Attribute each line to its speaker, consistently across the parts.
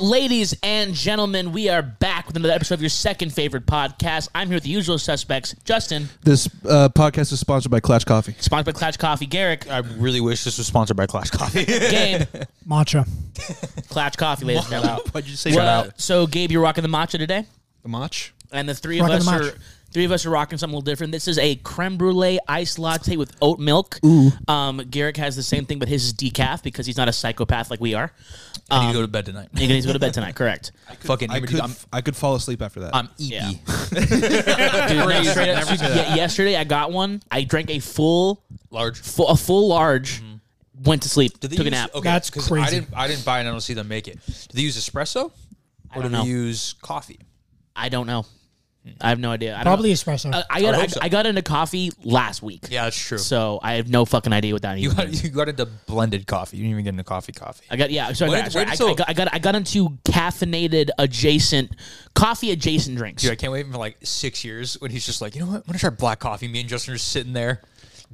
Speaker 1: ladies and gentlemen, we are back with another episode of your second favorite podcast. I'm here with the usual suspects, Justin,
Speaker 2: This uh, podcast is sponsored by Clutch Coffee.
Speaker 1: sponsored by Clutch Coffee, Garrick,
Speaker 3: I really wish this was sponsored by Clash Coffee.
Speaker 1: Gabe,
Speaker 4: Matcha.
Speaker 1: Clutch Coffee, ladies and gentlemen.
Speaker 2: Why'd you say
Speaker 1: Well, So, Gabe, you're rocking the matcha today,
Speaker 2: The match?
Speaker 1: and the three
Speaker 4: Rocking
Speaker 1: of us
Speaker 4: the
Speaker 1: are
Speaker 4: matcha.
Speaker 1: three of us are rocking something a little different. This is a creme brulee iced latte with oat milk. Um, Garrick has the same thing, but his is decaf because he's not a psychopath like we are.
Speaker 3: I need to go to bed tonight.
Speaker 1: You're gonna need to go to bed tonight, correct?
Speaker 3: Fucking,
Speaker 2: I
Speaker 3: I'm,
Speaker 2: could,
Speaker 3: I'm,
Speaker 2: I could fall asleep after that.
Speaker 3: I'm E eepy.
Speaker 1: Yeah. Dude, no, straight up, dude, ye- yesterday I got one. I drank a full,
Speaker 3: Large.
Speaker 1: full a full large, went to sleep,
Speaker 3: Did Mm-hmm. they
Speaker 1: took a
Speaker 3: use-
Speaker 1: nap.
Speaker 3: Okay,
Speaker 4: That's
Speaker 3: 'cause I
Speaker 4: crazy.
Speaker 3: didn't, I didn't buy it. and I don't see them make it. Do they use espresso? Or do
Speaker 1: don't
Speaker 3: they
Speaker 1: know.
Speaker 3: use coffee?
Speaker 1: I don't know. I have no idea. I don't
Speaker 4: Probably
Speaker 1: know.
Speaker 4: espresso.
Speaker 1: I, I got
Speaker 3: Hmm. I
Speaker 1: I,
Speaker 3: hope so.
Speaker 1: I got into coffee last week.
Speaker 3: Yeah, that's true.
Speaker 1: So I have no fucking idea what that
Speaker 3: you
Speaker 1: even
Speaker 3: got
Speaker 1: means.
Speaker 3: you got into blended coffee. You didn't even get into coffee coffee.
Speaker 1: I got yeah. Sorry,
Speaker 3: Where
Speaker 1: I,
Speaker 3: did-
Speaker 1: sorry,
Speaker 3: where
Speaker 1: I,
Speaker 3: did- so-
Speaker 1: I got, I got I got into caffeinated adjacent coffee adjacent drinks.
Speaker 3: Dude, I can't wait for like six years when he's just like, you know what? I'm gonna try black coffee. Me and Justin are just sitting there,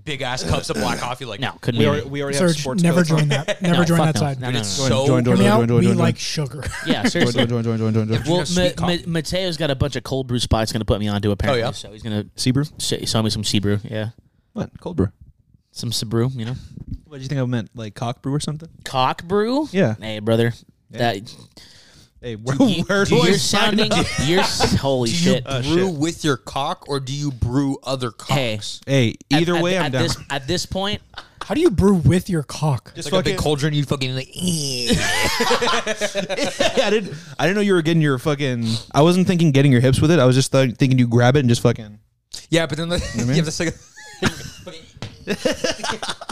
Speaker 3: big ass cups of black coffee. Like,
Speaker 1: No, couldn't
Speaker 2: we,
Speaker 1: be.
Speaker 2: already, we already have
Speaker 4: Serge,
Speaker 2: sports.
Speaker 4: never
Speaker 2: coffee.
Speaker 4: join that. Never join
Speaker 1: fuck
Speaker 4: that
Speaker 1: no.
Speaker 4: side.
Speaker 1: No, no, no, no.
Speaker 3: so
Speaker 2: Join, join,
Speaker 4: Coming
Speaker 2: join,
Speaker 4: out,
Speaker 2: join, join,
Speaker 4: we
Speaker 2: join,
Speaker 4: like
Speaker 2: join.
Speaker 4: sugar.
Speaker 1: Yeah,
Speaker 2: Join,
Speaker 1: seriously.
Speaker 2: join, join, join, join, join, join.
Speaker 1: Well,
Speaker 3: Drink a
Speaker 1: Ma-
Speaker 3: sweet coffee.
Speaker 1: Ma- Mateo's got a bunch of cold brew spots going to put me onto apparently.
Speaker 3: Oh, yeah?
Speaker 1: So he's going to
Speaker 2: Sea brew?
Speaker 1: sell me some sea brew. Yeah,
Speaker 2: What? Cold brew.
Speaker 1: some Sabrew, you know.
Speaker 2: What do you think I meant? Like cock brew or something?
Speaker 1: cock brew.
Speaker 2: Yeah.
Speaker 1: Hey, brother. That
Speaker 2: Hey, where,
Speaker 3: you-
Speaker 2: where
Speaker 3: do
Speaker 2: do I
Speaker 1: you're
Speaker 2: sign
Speaker 1: sounding.
Speaker 2: up?
Speaker 1: You're s- holy
Speaker 3: do you
Speaker 1: shit.
Speaker 2: Uh,
Speaker 3: brew
Speaker 2: shit.
Speaker 3: with your cock or do you brew other
Speaker 1: Hey.
Speaker 3: cocks?
Speaker 2: Hey,
Speaker 1: At-
Speaker 2: either
Speaker 1: at-
Speaker 2: way,
Speaker 1: at,
Speaker 2: I'm down.
Speaker 1: This, at this point,
Speaker 4: How do you brew with your cock?
Speaker 2: Just
Speaker 3: It's like a big
Speaker 2: fucking-
Speaker 3: cauldron. You fucking like. "Eh."
Speaker 2: yeah, I didn't. I didn't know you were getting your fucking. I wasn't thinking getting your hips with it. I was just th- thinking you grab it and just fucking.
Speaker 3: yeah, but then the, you have this like.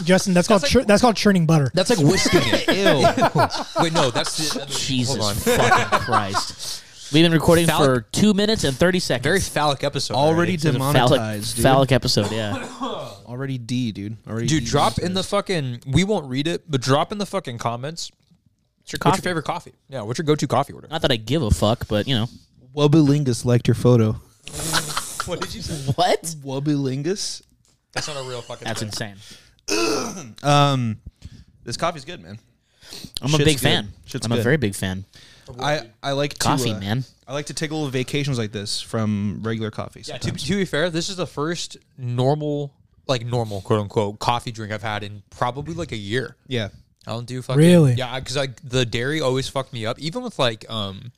Speaker 4: Justin, that's, called chur- that's called churning butter.
Speaker 3: That's like whisking it.
Speaker 2: Ew.
Speaker 3: Wait, no, that's the,
Speaker 1: Jesus
Speaker 3: Hold on.
Speaker 1: fucking Christ. We've been recording
Speaker 3: Phallic-
Speaker 1: for two minutes and thirty seconds.
Speaker 3: Very phallic episode.
Speaker 2: Already
Speaker 1: This is a phallic,
Speaker 2: demonetized, dude.
Speaker 1: phallic episode. Yeah.
Speaker 2: Already D, dude. Already.
Speaker 3: Dude,
Speaker 2: D.
Speaker 3: drop in the fucking. We won't read it, but drop in the fucking comments. What's your,
Speaker 1: coffee?
Speaker 3: favorite coffee? Yeah, what's your go-to coffee order?
Speaker 1: Not that I give a fuck, but you know
Speaker 2: Wobulingus liked your photo.
Speaker 3: What did you say?
Speaker 1: what?
Speaker 2: Wobulingus.
Speaker 3: That's not a real fucking.
Speaker 1: That's
Speaker 3: thing.
Speaker 1: insane.
Speaker 2: Um, this coffee's good, man.
Speaker 1: I'm a
Speaker 2: Shit's
Speaker 1: big
Speaker 2: good.
Speaker 1: fan.
Speaker 2: Shit's
Speaker 1: I'm a
Speaker 2: good.
Speaker 1: very big fan.
Speaker 2: I I like to,
Speaker 1: Coffee,
Speaker 2: uh,
Speaker 1: man.
Speaker 2: I like to take little vacations like this from regular coffee.
Speaker 3: Yeah, to,
Speaker 2: sometimes.
Speaker 3: to be fair, this is the first normal, like normal, quote unquote, coffee drink I've had in probably like a year.
Speaker 2: yeah.
Speaker 3: I don't do fucking
Speaker 4: Really?
Speaker 3: Yeah, because like the dairy always fucked me up. Even with like um,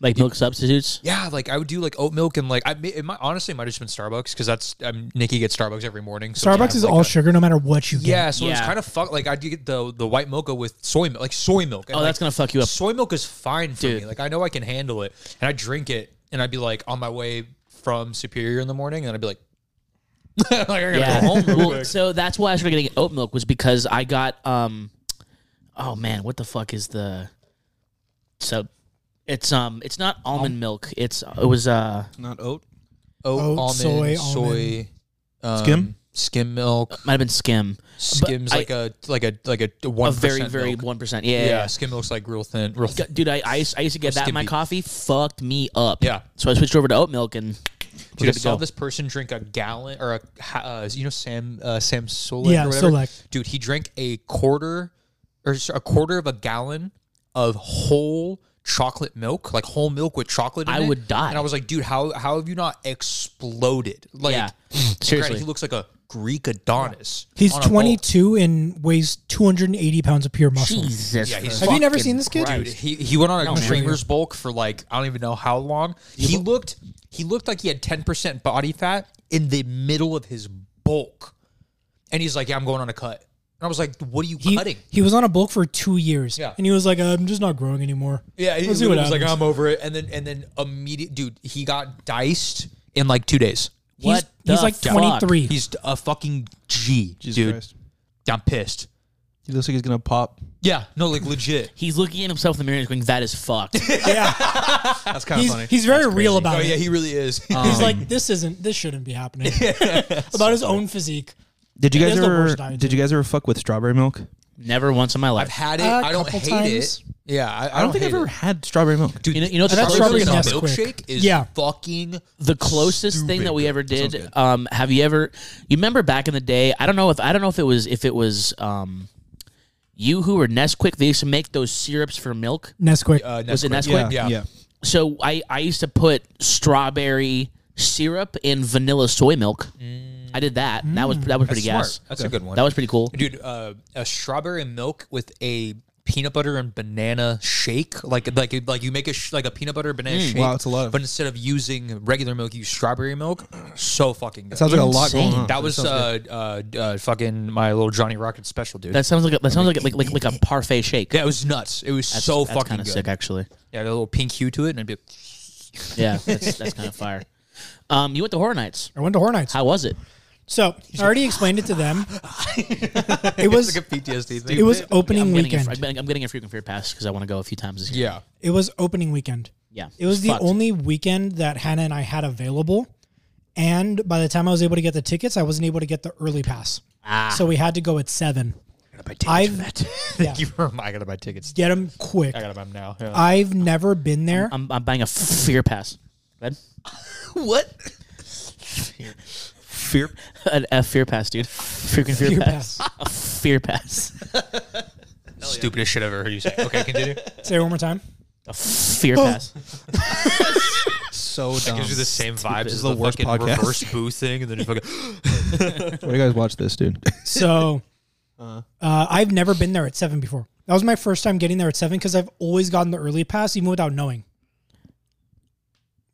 Speaker 1: Like milk substitutes.
Speaker 3: yeah, like I would do like oat milk and like I may- it might, honestly might have just been Starbucks because that's um, Nikki gets Starbucks every morning. So we
Speaker 4: Starbucks
Speaker 3: have,
Speaker 4: is
Speaker 3: like,
Speaker 4: all
Speaker 3: a-
Speaker 4: sugar no matter what you get.
Speaker 3: Yeah, so it's
Speaker 1: Yeah.
Speaker 3: kind of fuck. Like I do get the the white mocha with soy milk, like soy milk. And,
Speaker 1: Oh,
Speaker 3: like,
Speaker 1: that's gonna fuck you up.
Speaker 3: Soy milk is fine for
Speaker 1: Dude.
Speaker 3: me. Like I know I can handle it, and I drink it, and I'd be like on my way from Superior in the morning, and I'd be like, like I gotta
Speaker 1: Yeah.
Speaker 3: go home. real
Speaker 1: well,
Speaker 3: quick.
Speaker 1: so that's why I started getting oat milk was because I got um oh man, what the fuck is the so it's um it's not almond milk. It's it was uh
Speaker 2: Not oat.
Speaker 3: Oat,
Speaker 4: Oat,
Speaker 3: almond, soy,
Speaker 4: soy,
Speaker 3: um,
Speaker 2: Skim?
Speaker 3: skim milk,
Speaker 1: might have been skim.
Speaker 3: skims
Speaker 1: Uh, I-
Speaker 3: like a like a like a one
Speaker 1: A very very 1%. Yeah.
Speaker 3: yeah.
Speaker 1: yeah, yeah.
Speaker 3: skim milk's like real thin, real thin.
Speaker 1: G- Dude, I, I, used, I used to get that in my
Speaker 3: Skimpy.
Speaker 1: coffee. Fucked me up.
Speaker 3: Yeah.
Speaker 1: So I switched over to oat milk and
Speaker 3: Dude, I
Speaker 1: good to
Speaker 3: saw
Speaker 1: go.
Speaker 3: this person drink a gallon or a ha- uh, you know Sam uh, Sam Solek
Speaker 4: Yeah,
Speaker 3: or whatever.
Speaker 4: Solek.
Speaker 3: Dude, he drank a quarter or s- a quarter of a gallon of whole chocolate milk, like whole milk with chocolate. In
Speaker 1: I
Speaker 3: it.
Speaker 1: would die.
Speaker 3: And I was like, dude, how how have you not exploded? Like,
Speaker 1: Yeah.
Speaker 3: and granted,
Speaker 1: Seriously.
Speaker 3: he looks like a Greek Adonis.
Speaker 4: He's
Speaker 3: on a bowl.
Speaker 4: 22 and weighs 280 pounds of pure muscle.
Speaker 1: Jesus.
Speaker 3: Yeah, he's
Speaker 4: Have you never
Speaker 3: fucking
Speaker 4: seen this kid?
Speaker 3: Dude, he, he went on a
Speaker 1: man.
Speaker 3: dreamer's bulk for like I don't even know how long. He looked he looked like he had ten percent body fat in the middle of his bulk, and he's like, "Yeah, I'm going on a cut." And I was like, "What are you
Speaker 4: He,
Speaker 3: cutting?"
Speaker 4: he was on a bulk for two years,
Speaker 3: Yeah.
Speaker 4: and he was like, "I'm just not growing anymore."
Speaker 3: Yeah, he
Speaker 4: We'll
Speaker 3: was
Speaker 4: see what
Speaker 3: like,
Speaker 4: happens.
Speaker 3: "I'm over it," and then and then immediate dude, he got diced in like two days.
Speaker 4: He's,
Speaker 1: What
Speaker 4: he's
Speaker 1: the
Speaker 4: like
Speaker 1: fuck?
Speaker 4: 23.
Speaker 3: He's a fucking G,
Speaker 2: Jesus
Speaker 3: dude.
Speaker 2: Christ.
Speaker 3: I'm pissed.
Speaker 2: He looks like he's gonna pop.
Speaker 3: Yeah, no, like legit.
Speaker 1: He's looking at himself in the mirror and going, that is fucked.
Speaker 4: yeah,
Speaker 2: That's kind of
Speaker 4: he's,
Speaker 2: funny.
Speaker 4: he's very real about
Speaker 3: Oh
Speaker 4: it.
Speaker 3: yeah, he really is.
Speaker 4: He's like, this isn't, this shouldn't be happening. About his own physique.
Speaker 2: did you
Speaker 4: It
Speaker 2: guys
Speaker 4: is the
Speaker 2: ever?
Speaker 4: worst diet,
Speaker 2: Did you guys ever fuck with strawberry milk?
Speaker 1: Never once in my life.
Speaker 3: I've had it.
Speaker 4: A
Speaker 3: I don't
Speaker 4: couple
Speaker 3: hate
Speaker 4: times.
Speaker 3: it. Yeah, I, I,
Speaker 2: I don't, think
Speaker 3: hate
Speaker 2: I've ever
Speaker 3: it.
Speaker 2: had strawberry milk.
Speaker 3: Dude,
Speaker 1: You know- you know what the
Speaker 3: that's
Speaker 1: strawberry
Speaker 3: strawberry
Speaker 4: milk
Speaker 3: milkshake
Speaker 4: is?
Speaker 3: is
Speaker 4: Yeah.
Speaker 3: fucking
Speaker 1: the closest thing that we
Speaker 3: stupid.
Speaker 1: ever did
Speaker 3: good.
Speaker 1: um have you ever you remember back in the day i don't know if i don't know if it was if it was um You who were Nesquik, they used to make those syrups for milk.
Speaker 4: Nesquik.
Speaker 3: Uh,
Speaker 1: Was it Nesquik?
Speaker 2: Yeah,
Speaker 3: Yeah.
Speaker 2: yeah.
Speaker 1: So I, I used to put strawberry syrup in vanilla soy milk. I did that. and That was that was pretty
Speaker 3: Smart.
Speaker 1: gas.
Speaker 3: That's a good one.
Speaker 1: That was pretty cool.
Speaker 3: dude uh, a strawberry milk with a peanut butter and banana shake like like like you make a sh- like a peanut butter banana
Speaker 1: Mm.
Speaker 3: shake
Speaker 2: Wow, it's a lot of-
Speaker 3: but instead of using regular milk you use strawberry milk so fucking good
Speaker 2: Sounds like a lot
Speaker 1: Insane.
Speaker 2: going on.
Speaker 3: that was uh, uh uh fucking my little johnny rocket special dude
Speaker 1: That sounds like a, that sounds like a, like, like like a parfait shake.
Speaker 3: yeah, it was nuts. It was
Speaker 1: That's-
Speaker 3: so
Speaker 1: that's
Speaker 3: fucking
Speaker 1: kinda
Speaker 3: good.
Speaker 1: sick actually.
Speaker 3: Yeah, a little pink hue to it, and it'd be
Speaker 1: Yeah, that's, that's kind of fire. Um, you went to horror nights.
Speaker 4: I went to Horror Nights.
Speaker 1: How was it?
Speaker 4: So I already explained it to them. it was
Speaker 3: like a PTSD thing.
Speaker 4: it was
Speaker 1: I'm
Speaker 4: opening
Speaker 1: getting, a,
Speaker 4: weekend.
Speaker 1: fr- I'm getting- I'm getting a frequent fear pass because I want to go a few times this year.
Speaker 3: yeah,
Speaker 4: It was opening weekend.
Speaker 1: Yeah,
Speaker 4: It was the
Speaker 1: fucked.
Speaker 4: only weekend that Hannah and I had available. And by the time I was able to get the tickets, I wasn't able to get the early pass.
Speaker 1: Ah.
Speaker 4: So we had to go at seven.
Speaker 3: I gotta buy tickets
Speaker 4: I've-
Speaker 3: for that.
Speaker 4: yeah.
Speaker 3: you were, I gotta buy tickets.
Speaker 4: Get them quick.
Speaker 3: I gotta buy them now. Yeah.
Speaker 4: I've never been there.
Speaker 1: I'm, I'm buying a fear pass. Go ahead.
Speaker 3: what?
Speaker 2: Fear.
Speaker 1: An F fear pass, dude. Frequent fear,
Speaker 4: Fear
Speaker 1: pass.
Speaker 4: pass.
Speaker 1: A fear pass.
Speaker 3: Stupidest shit I've ever heard you say. Okay, continue.
Speaker 4: Say it one more time.
Speaker 1: A fear pass.
Speaker 2: So dumb.
Speaker 3: gives you the same vibes
Speaker 2: is
Speaker 3: as
Speaker 2: the
Speaker 3: the,
Speaker 2: worst
Speaker 3: fucking
Speaker 2: podcast.
Speaker 3: reverse boo thing, and then you fucking
Speaker 2: Why do you guys watch this, dude?
Speaker 4: So
Speaker 1: Uh-huh.
Speaker 4: uh, I've never been there at seven before. That was my first time getting there at seven because I've always gotten the early pass, even without knowing.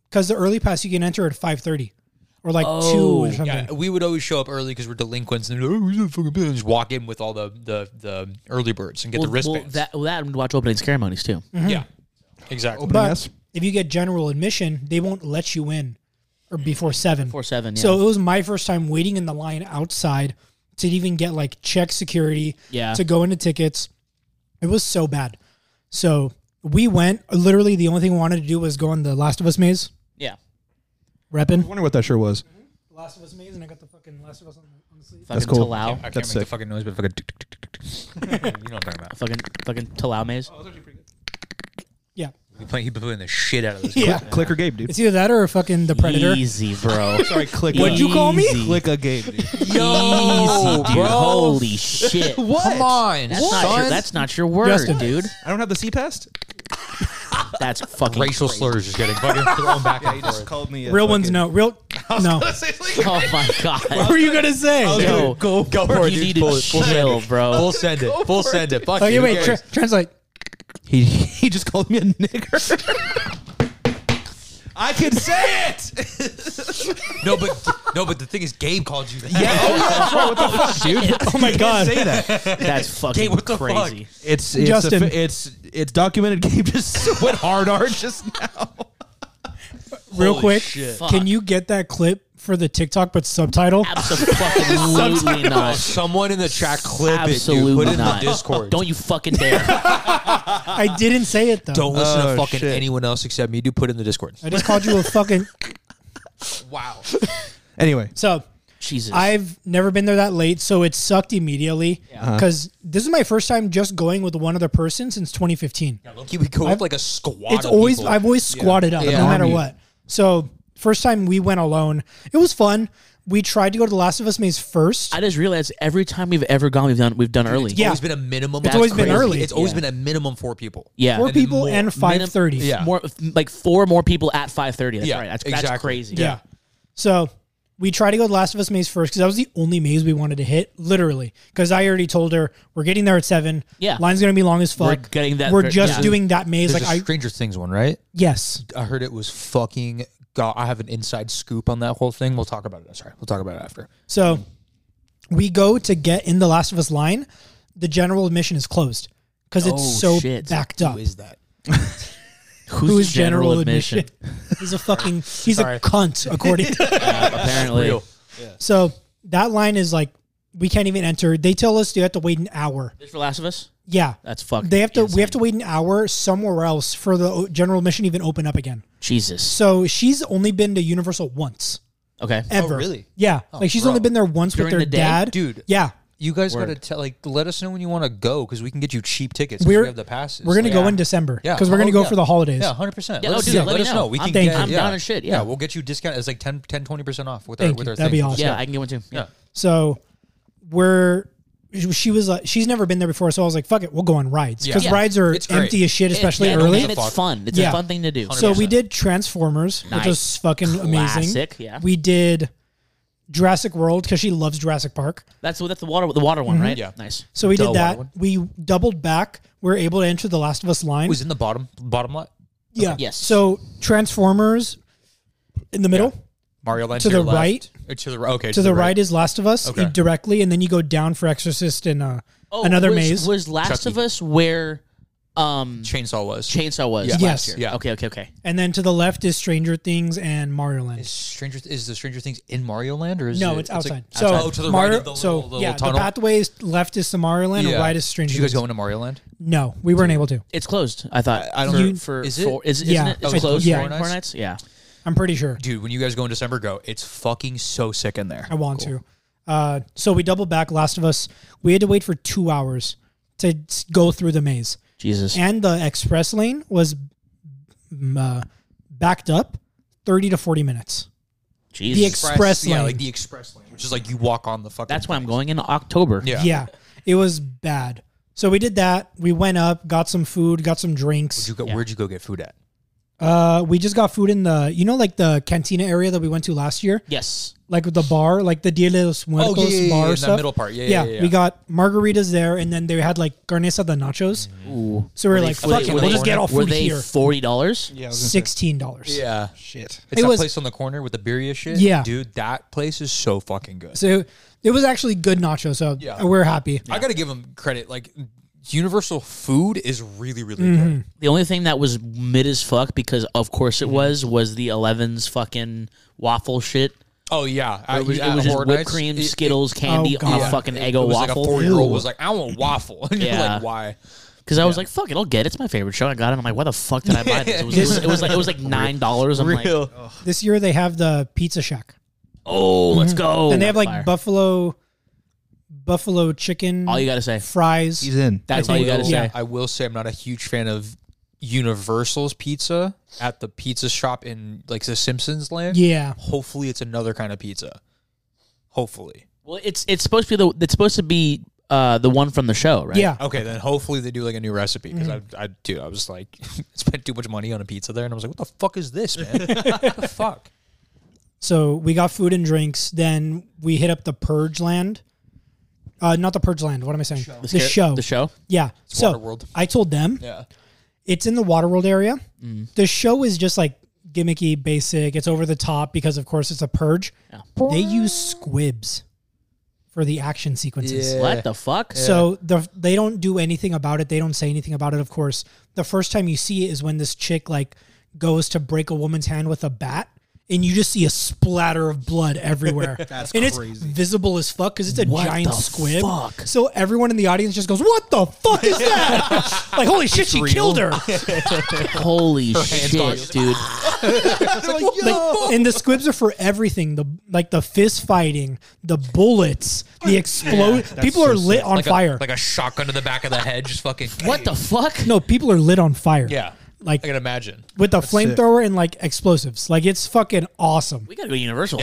Speaker 4: Because the early pass you can enter at five thirty, or like
Speaker 1: Oh.
Speaker 4: two or something.
Speaker 3: yeah. We would always show up early because we're delinquents, and then, oh, we didn't fucking pay," and just walk in with all the the, the early birds and get the wristbands.
Speaker 1: that, well, that and watch opening ceremonies too.
Speaker 3: yeah, exactly.
Speaker 4: But
Speaker 2: Yes.
Speaker 4: if you get general admission, they won't let you in, or before seven.
Speaker 1: Four seven. Yeah.
Speaker 4: So it was my first time waiting in the line outside to even get like check security
Speaker 1: Yeah.
Speaker 4: to go into tickets. It was so bad. So we went. Literally, the only thing we wanted to do was go on the Last of Us maze.
Speaker 1: yeah.
Speaker 2: I
Speaker 4: Reppin.
Speaker 2: wonder what that sure was.
Speaker 4: Last of Us maze, and I got the fucking Last of Us on the, on the sleeve.
Speaker 1: Fucking
Speaker 2: cool.
Speaker 1: Talal.
Speaker 3: I can't
Speaker 2: That's
Speaker 3: make
Speaker 2: sick.
Speaker 3: the fucking noise, but fucking. tick, tick, tick, tick, tick. you know what I'm talking about.
Speaker 1: Fucking fucking Talal maze.
Speaker 4: Yeah.
Speaker 3: He playing, he playing the shit out of this.
Speaker 4: Yeah.
Speaker 2: Clicker Gabe, dude.
Speaker 4: It's either that or fucking the Predator.
Speaker 1: Easy, bro.
Speaker 2: Sorry, click.
Speaker 1: What'd you call me? Easy.
Speaker 2: Click a Gabe, dude.
Speaker 1: Easy, dude.
Speaker 3: bro.
Speaker 1: Holy shit.
Speaker 2: what?
Speaker 3: Come on,
Speaker 1: That's not, your, that's not your word,
Speaker 4: Justin.
Speaker 1: dude.
Speaker 2: I don't have the C past.
Speaker 1: That's fucking
Speaker 3: racial
Speaker 1: crazy.
Speaker 3: slurs is getting fucking thrown back and forth.
Speaker 2: called me.
Speaker 4: Real ones, no. Real no.
Speaker 1: Oh my
Speaker 4: What
Speaker 1: god.
Speaker 4: were you gonna say?
Speaker 1: Yo,
Speaker 3: go, go for
Speaker 1: you need to chill, bro.
Speaker 3: Full send it. Full send it. Fuck
Speaker 4: Okay,
Speaker 3: you.
Speaker 4: wait. Tra- translate.
Speaker 2: He he just called me a nigger. I can say it.
Speaker 3: no, but no, but the thing is, Gabe called you. That.
Speaker 4: Oh my god.
Speaker 2: Say that.
Speaker 1: That's fucking
Speaker 3: what the fuck?
Speaker 1: crazy.
Speaker 2: It's it's
Speaker 4: Justin.
Speaker 2: a, it's it's documented. Gabe just went hard R just now.
Speaker 4: Real
Speaker 3: Holy
Speaker 4: quick.
Speaker 3: shit.
Speaker 1: Fuck.
Speaker 4: Can you get that clip for the TikTok but subtitle?
Speaker 1: Absolutely
Speaker 3: Oh,
Speaker 1: not.
Speaker 3: someone in the chat clip it, dude.
Speaker 1: Absolutely
Speaker 3: Put it in
Speaker 1: not.
Speaker 3: the Discord.
Speaker 1: Don't you fucking dare.
Speaker 4: I didn't say it though.
Speaker 3: Don't listen
Speaker 2: Oh,
Speaker 3: to fucking
Speaker 2: shit.
Speaker 3: anyone else except me. Do put it in the Discord.
Speaker 4: I just called you a fucking.
Speaker 3: Wow.
Speaker 2: Anyway,
Speaker 4: So
Speaker 1: Jesus.
Speaker 4: I've never been there that late, so it sucked immediately.
Speaker 3: Uh-huh.
Speaker 4: Because this is my first time just going with one other person since 2015.
Speaker 3: Loki, we go with like a squad.
Speaker 4: it's
Speaker 3: of
Speaker 4: always
Speaker 3: people.
Speaker 4: I've always squatted up
Speaker 3: Yeah.
Speaker 4: no matter
Speaker 2: Army.
Speaker 4: what. So first time we went alone, it was fun. We tried to go to the Last of Us maze first.
Speaker 1: I just realized every time we've ever gone, we've done we've done early.
Speaker 4: yeah.
Speaker 3: always been a minimum.
Speaker 4: It's always been early.
Speaker 3: It's always
Speaker 1: Yeah.
Speaker 3: been a minimum four people.
Speaker 1: Yeah.
Speaker 4: four
Speaker 1: And
Speaker 3: then
Speaker 4: people
Speaker 3: more.
Speaker 4: and
Speaker 1: Minim-
Speaker 4: 5:30.
Speaker 3: Yeah.
Speaker 1: More like four more people at five thirty. That's
Speaker 3: Yeah,
Speaker 1: right. That's,
Speaker 3: exactly.
Speaker 1: that's crazy.
Speaker 4: Yeah. So we tried to go to the Last of Us maze first because that was the only maze we wanted to hit, literally. Because I already told her we're getting there at seven.
Speaker 1: Yeah.
Speaker 4: line's gonna be long as fuck.
Speaker 1: We're getting that-
Speaker 4: We're
Speaker 1: yeah.
Speaker 4: just
Speaker 1: There's
Speaker 4: doing that maze.
Speaker 3: There's
Speaker 4: Like
Speaker 3: a
Speaker 4: I
Speaker 3: Stranger Things one, right?
Speaker 4: yes,
Speaker 3: I heard it was fucking. God, I have an inside scoop on that whole thing. We'll talk about it. I'm Sorry, we'll talk about it after.
Speaker 4: So we go to get in the Last of Us line. The general admission is closed because it's
Speaker 1: Oh,
Speaker 4: so
Speaker 1: shit.
Speaker 4: backed up.
Speaker 3: Who is that?
Speaker 1: Who's,
Speaker 4: Who's general admission? he's a fucking he's
Speaker 3: Sorry.
Speaker 4: a cunt, according to.
Speaker 1: Apparently.
Speaker 3: Real.
Speaker 4: so that line is like we can't even enter. They tell us you have to wait an hour.
Speaker 1: This for Last of Us.
Speaker 4: Yeah,
Speaker 1: That's fucking.
Speaker 4: they have to.
Speaker 1: insane.
Speaker 4: We have to wait an hour somewhere else for the o- general admission even open up again.
Speaker 1: Jesus.
Speaker 4: So she's only been to Universal once
Speaker 1: Okay.
Speaker 4: ever.
Speaker 3: Oh, really? Oh,
Speaker 4: Yeah, like she's
Speaker 3: bro.
Speaker 4: only been there once
Speaker 1: During
Speaker 4: with their
Speaker 1: the day?
Speaker 4: dad,
Speaker 3: Dude.
Speaker 4: Yeah,
Speaker 3: You guys gotta tell, like, let us know when you want to go because we can get you cheap tickets. 'cause
Speaker 4: We're-
Speaker 3: we have the passes.
Speaker 4: we're gonna
Speaker 3: Like,
Speaker 4: go in December
Speaker 3: yeah,
Speaker 4: because we're gonna
Speaker 3: Oh,
Speaker 4: go
Speaker 3: yeah.
Speaker 4: for the holidays.
Speaker 3: Yeah, hundred percent.
Speaker 1: Yeah,
Speaker 3: let
Speaker 1: no,
Speaker 3: us,
Speaker 1: dude,
Speaker 3: yeah,
Speaker 1: let
Speaker 3: let
Speaker 1: me
Speaker 3: us
Speaker 1: know.
Speaker 3: know. We
Speaker 1: I'm
Speaker 3: can
Speaker 1: down-
Speaker 3: get.
Speaker 1: I'm
Speaker 3: yeah.
Speaker 1: down as shit, yeah.
Speaker 3: we'll get you discount. It's like 10 20 percent off with our
Speaker 4: Thank
Speaker 3: with
Speaker 4: you.
Speaker 3: our
Speaker 4: That'd be
Speaker 3: things.
Speaker 4: awesome.
Speaker 1: Yeah, I can get one too. Yeah.
Speaker 4: So we're she was like, she's never been there before, so I was like, fuck it, we'll go on rides because
Speaker 1: Yeah.
Speaker 4: rides are
Speaker 3: It's great.
Speaker 4: empty as shit, especially
Speaker 1: It- yeah,
Speaker 4: early.
Speaker 1: And it's fun. It's
Speaker 4: Yeah.
Speaker 1: a fun thing to do.
Speaker 4: So we did Transformers, which was
Speaker 1: Nice.
Speaker 4: fucking amazing.
Speaker 1: Classic, yeah.
Speaker 4: We did Jurassic World because she loves Jurassic Park.
Speaker 1: That's that's the water the water
Speaker 4: Mm-hmm.
Speaker 1: one, right?
Speaker 3: Yeah.
Speaker 1: nice.
Speaker 4: So we
Speaker 3: Duh,
Speaker 4: did that.
Speaker 3: Wildwood.
Speaker 4: We doubled back. We were able to enter the Last of Us line.
Speaker 3: was in the bottom bottom left.
Speaker 4: yeah.
Speaker 1: Yes.
Speaker 4: So Transformers in the middle.
Speaker 3: Mario Land
Speaker 4: To
Speaker 3: your
Speaker 4: the
Speaker 3: left.
Speaker 4: right?
Speaker 3: Or to the right. Okay,
Speaker 4: To the right is Last of Us
Speaker 3: Okay.
Speaker 4: directly, and then you go down for Exorcist and uh, another
Speaker 1: Oh, was,
Speaker 4: maze.
Speaker 1: was Last
Speaker 3: Chucky.
Speaker 1: of Us where um
Speaker 3: Chainsaw was.
Speaker 1: Chainsaw was
Speaker 3: Yeah.
Speaker 1: last
Speaker 4: Yes.
Speaker 1: year.
Speaker 3: Yeah.
Speaker 1: Okay. Okay. Okay.
Speaker 4: and then to the left is Stranger Things and Mario Land.
Speaker 3: Is Stranger is the Stranger Things in Mario Land or is
Speaker 4: No,
Speaker 3: it-
Speaker 4: it's outside.
Speaker 3: Like,
Speaker 4: so
Speaker 3: oh, to the
Speaker 4: Mario-
Speaker 3: right of the
Speaker 4: so
Speaker 3: little, little
Speaker 4: yeah,
Speaker 3: tunnel.
Speaker 4: the pathways left is to Mario Land,
Speaker 3: Yeah.
Speaker 4: right is
Speaker 3: Did
Speaker 4: Stranger
Speaker 3: you guys
Speaker 4: Things.
Speaker 3: go into Mario Land?
Speaker 4: no, we weren't able to.
Speaker 1: It's closed. I thought.
Speaker 3: I don't-
Speaker 1: for,
Speaker 3: You-
Speaker 1: for
Speaker 3: Is it?
Speaker 1: four- is, isn't
Speaker 4: Yeah.
Speaker 1: it? It's
Speaker 4: Oh,
Speaker 1: closed
Speaker 4: yeah.
Speaker 1: for four nights. Yeah.
Speaker 4: I'm pretty sure.
Speaker 3: Dude, when you guys go in December, go. It's fucking so sick in there.
Speaker 4: I want to. Uh, so we doubled back. Last of Us. We had to wait for two hours to s- go through the maze,
Speaker 1: Jesus.
Speaker 4: and the express lane was mm, uh, backed up, thirty to forty minutes.
Speaker 1: Jesus.
Speaker 4: The express lane.
Speaker 3: yeah, like the express lane, which is like you walk on the fucking.
Speaker 1: That's why I'm going in October.
Speaker 3: Yeah.
Speaker 4: yeah, it was bad. So we did that. We went up, got some food, got some drinks.
Speaker 3: You go, Where'd you go get food at?
Speaker 4: Uh, we just got food in the you know like the cantina area that we went to last year,
Speaker 1: Yes.
Speaker 4: like with the bar, like the Dia de los Muertos
Speaker 3: Oh, yeah, yeah, yeah,
Speaker 4: bar
Speaker 3: in that
Speaker 4: stuff.
Speaker 3: middle part. Yeah, yeah, yeah, yeah.
Speaker 4: We got margaritas there, and then they had like carnes de nachos.
Speaker 3: Mm.
Speaker 1: Ooh.
Speaker 4: So we were like,
Speaker 1: Were
Speaker 4: fuck
Speaker 1: they-
Speaker 4: it,
Speaker 1: were
Speaker 4: we'll
Speaker 1: they-
Speaker 4: just get all
Speaker 1: Were
Speaker 4: food
Speaker 1: they
Speaker 4: here.
Speaker 1: forty dollars?
Speaker 2: Yeah.
Speaker 4: Sixteen dollars.
Speaker 3: Yeah,
Speaker 2: Shit.
Speaker 3: it's
Speaker 4: It
Speaker 3: that
Speaker 4: was-
Speaker 3: place on the corner with the birria shit.
Speaker 4: Yeah.
Speaker 3: dude, that place is so fucking good.
Speaker 4: So it was actually good nachos. So
Speaker 3: Yeah.
Speaker 4: we're happy.
Speaker 3: I gotta give them credit. Like Universal food is really, really
Speaker 4: Mm-hmm.
Speaker 3: good.
Speaker 1: The only thing that was mid as fuck because of course it was was the Eleven's fucking waffle shit.
Speaker 3: Oh yeah, I
Speaker 1: It was,
Speaker 3: yeah,
Speaker 1: it was just
Speaker 3: Horror
Speaker 1: whipped
Speaker 3: Nights,
Speaker 1: cream,
Speaker 3: it- it-
Speaker 1: Skittles, candy
Speaker 4: Oh,
Speaker 1: on
Speaker 4: God.
Speaker 1: a fucking
Speaker 3: it-
Speaker 1: Eggo
Speaker 3: it was
Speaker 1: waffle.
Speaker 3: Like a four year old was like, "I want waffle," and you're
Speaker 1: Yeah.
Speaker 3: like, "Why?"
Speaker 1: Because I was like, "Fuck it, I'll get it. It's my favorite show." I got it. I'm like, "Why the fuck did I buy this?" It was, it was, it was like it was like nine dollars. I'm like,
Speaker 4: This year they have the Pizza Shack,
Speaker 1: "Oh, let's go!"
Speaker 4: and they have like
Speaker 1: Fire.
Speaker 4: buffalo, buffalo chicken.
Speaker 1: all you gotta say.
Speaker 4: fries.
Speaker 2: He's in.
Speaker 1: That's all
Speaker 4: think
Speaker 1: you gotta
Speaker 4: we'll-
Speaker 1: say.
Speaker 4: yeah.
Speaker 3: I will say I'm not a huge fan of Universal's pizza at the pizza shop in like the Simpsons land.
Speaker 4: Yeah,
Speaker 3: Hopefully, it's another kind of pizza. Hopefully.
Speaker 1: Well, it's it's supposed to be the it's supposed to be uh, the one from the show, right?
Speaker 4: yeah.
Speaker 3: Okay, then hopefully they do like a new recipe because
Speaker 1: Mm-hmm.
Speaker 3: I, I do. I was like, spent too much money on a pizza there, and I was like, what the fuck is this, man? what the fuck?
Speaker 4: So we got food and drinks. Then we hit up the Purge Land. Uh, not the Purge Land. What am I saying? The,
Speaker 1: Scar-
Speaker 4: show.
Speaker 1: The show.
Speaker 4: Yeah. so
Speaker 3: Waterworld.
Speaker 4: I told them
Speaker 3: Yeah.
Speaker 4: it's in the Waterworld area. The show is just like gimmicky, basic. It's over the top because, of course, it's a purge.
Speaker 1: Yeah.
Speaker 4: They use squibs for the action sequences.
Speaker 1: What the fuck?
Speaker 4: So the, they don't do anything about it. They don't say anything about it. Of course, the first time you see it is when this chick like goes to break a woman's hand with a bat, and you just see a splatter of blood everywhere. That's and it's
Speaker 2: crazy.
Speaker 4: visible as fuck because it's a
Speaker 1: What
Speaker 4: giant
Speaker 1: the
Speaker 4: squib.
Speaker 1: fuck?
Speaker 4: So everyone in the audience just goes, "What the fuck is that?" like, holy shit, she killed her.
Speaker 1: Holy shit, dude!
Speaker 4: Like, and the squibs are for everything. The like the fist fighting, the bullets, the explode. people are lit on
Speaker 3: Like a-
Speaker 4: fire.
Speaker 3: like a shotgun to the back of the head, just fucking.
Speaker 1: What the fuck?
Speaker 4: no, people are lit on fire.
Speaker 3: Yeah.
Speaker 4: Like
Speaker 3: I can imagine.
Speaker 4: with the flamethrower and like explosives. Like it's fucking awesome.
Speaker 1: We gotta go Universal.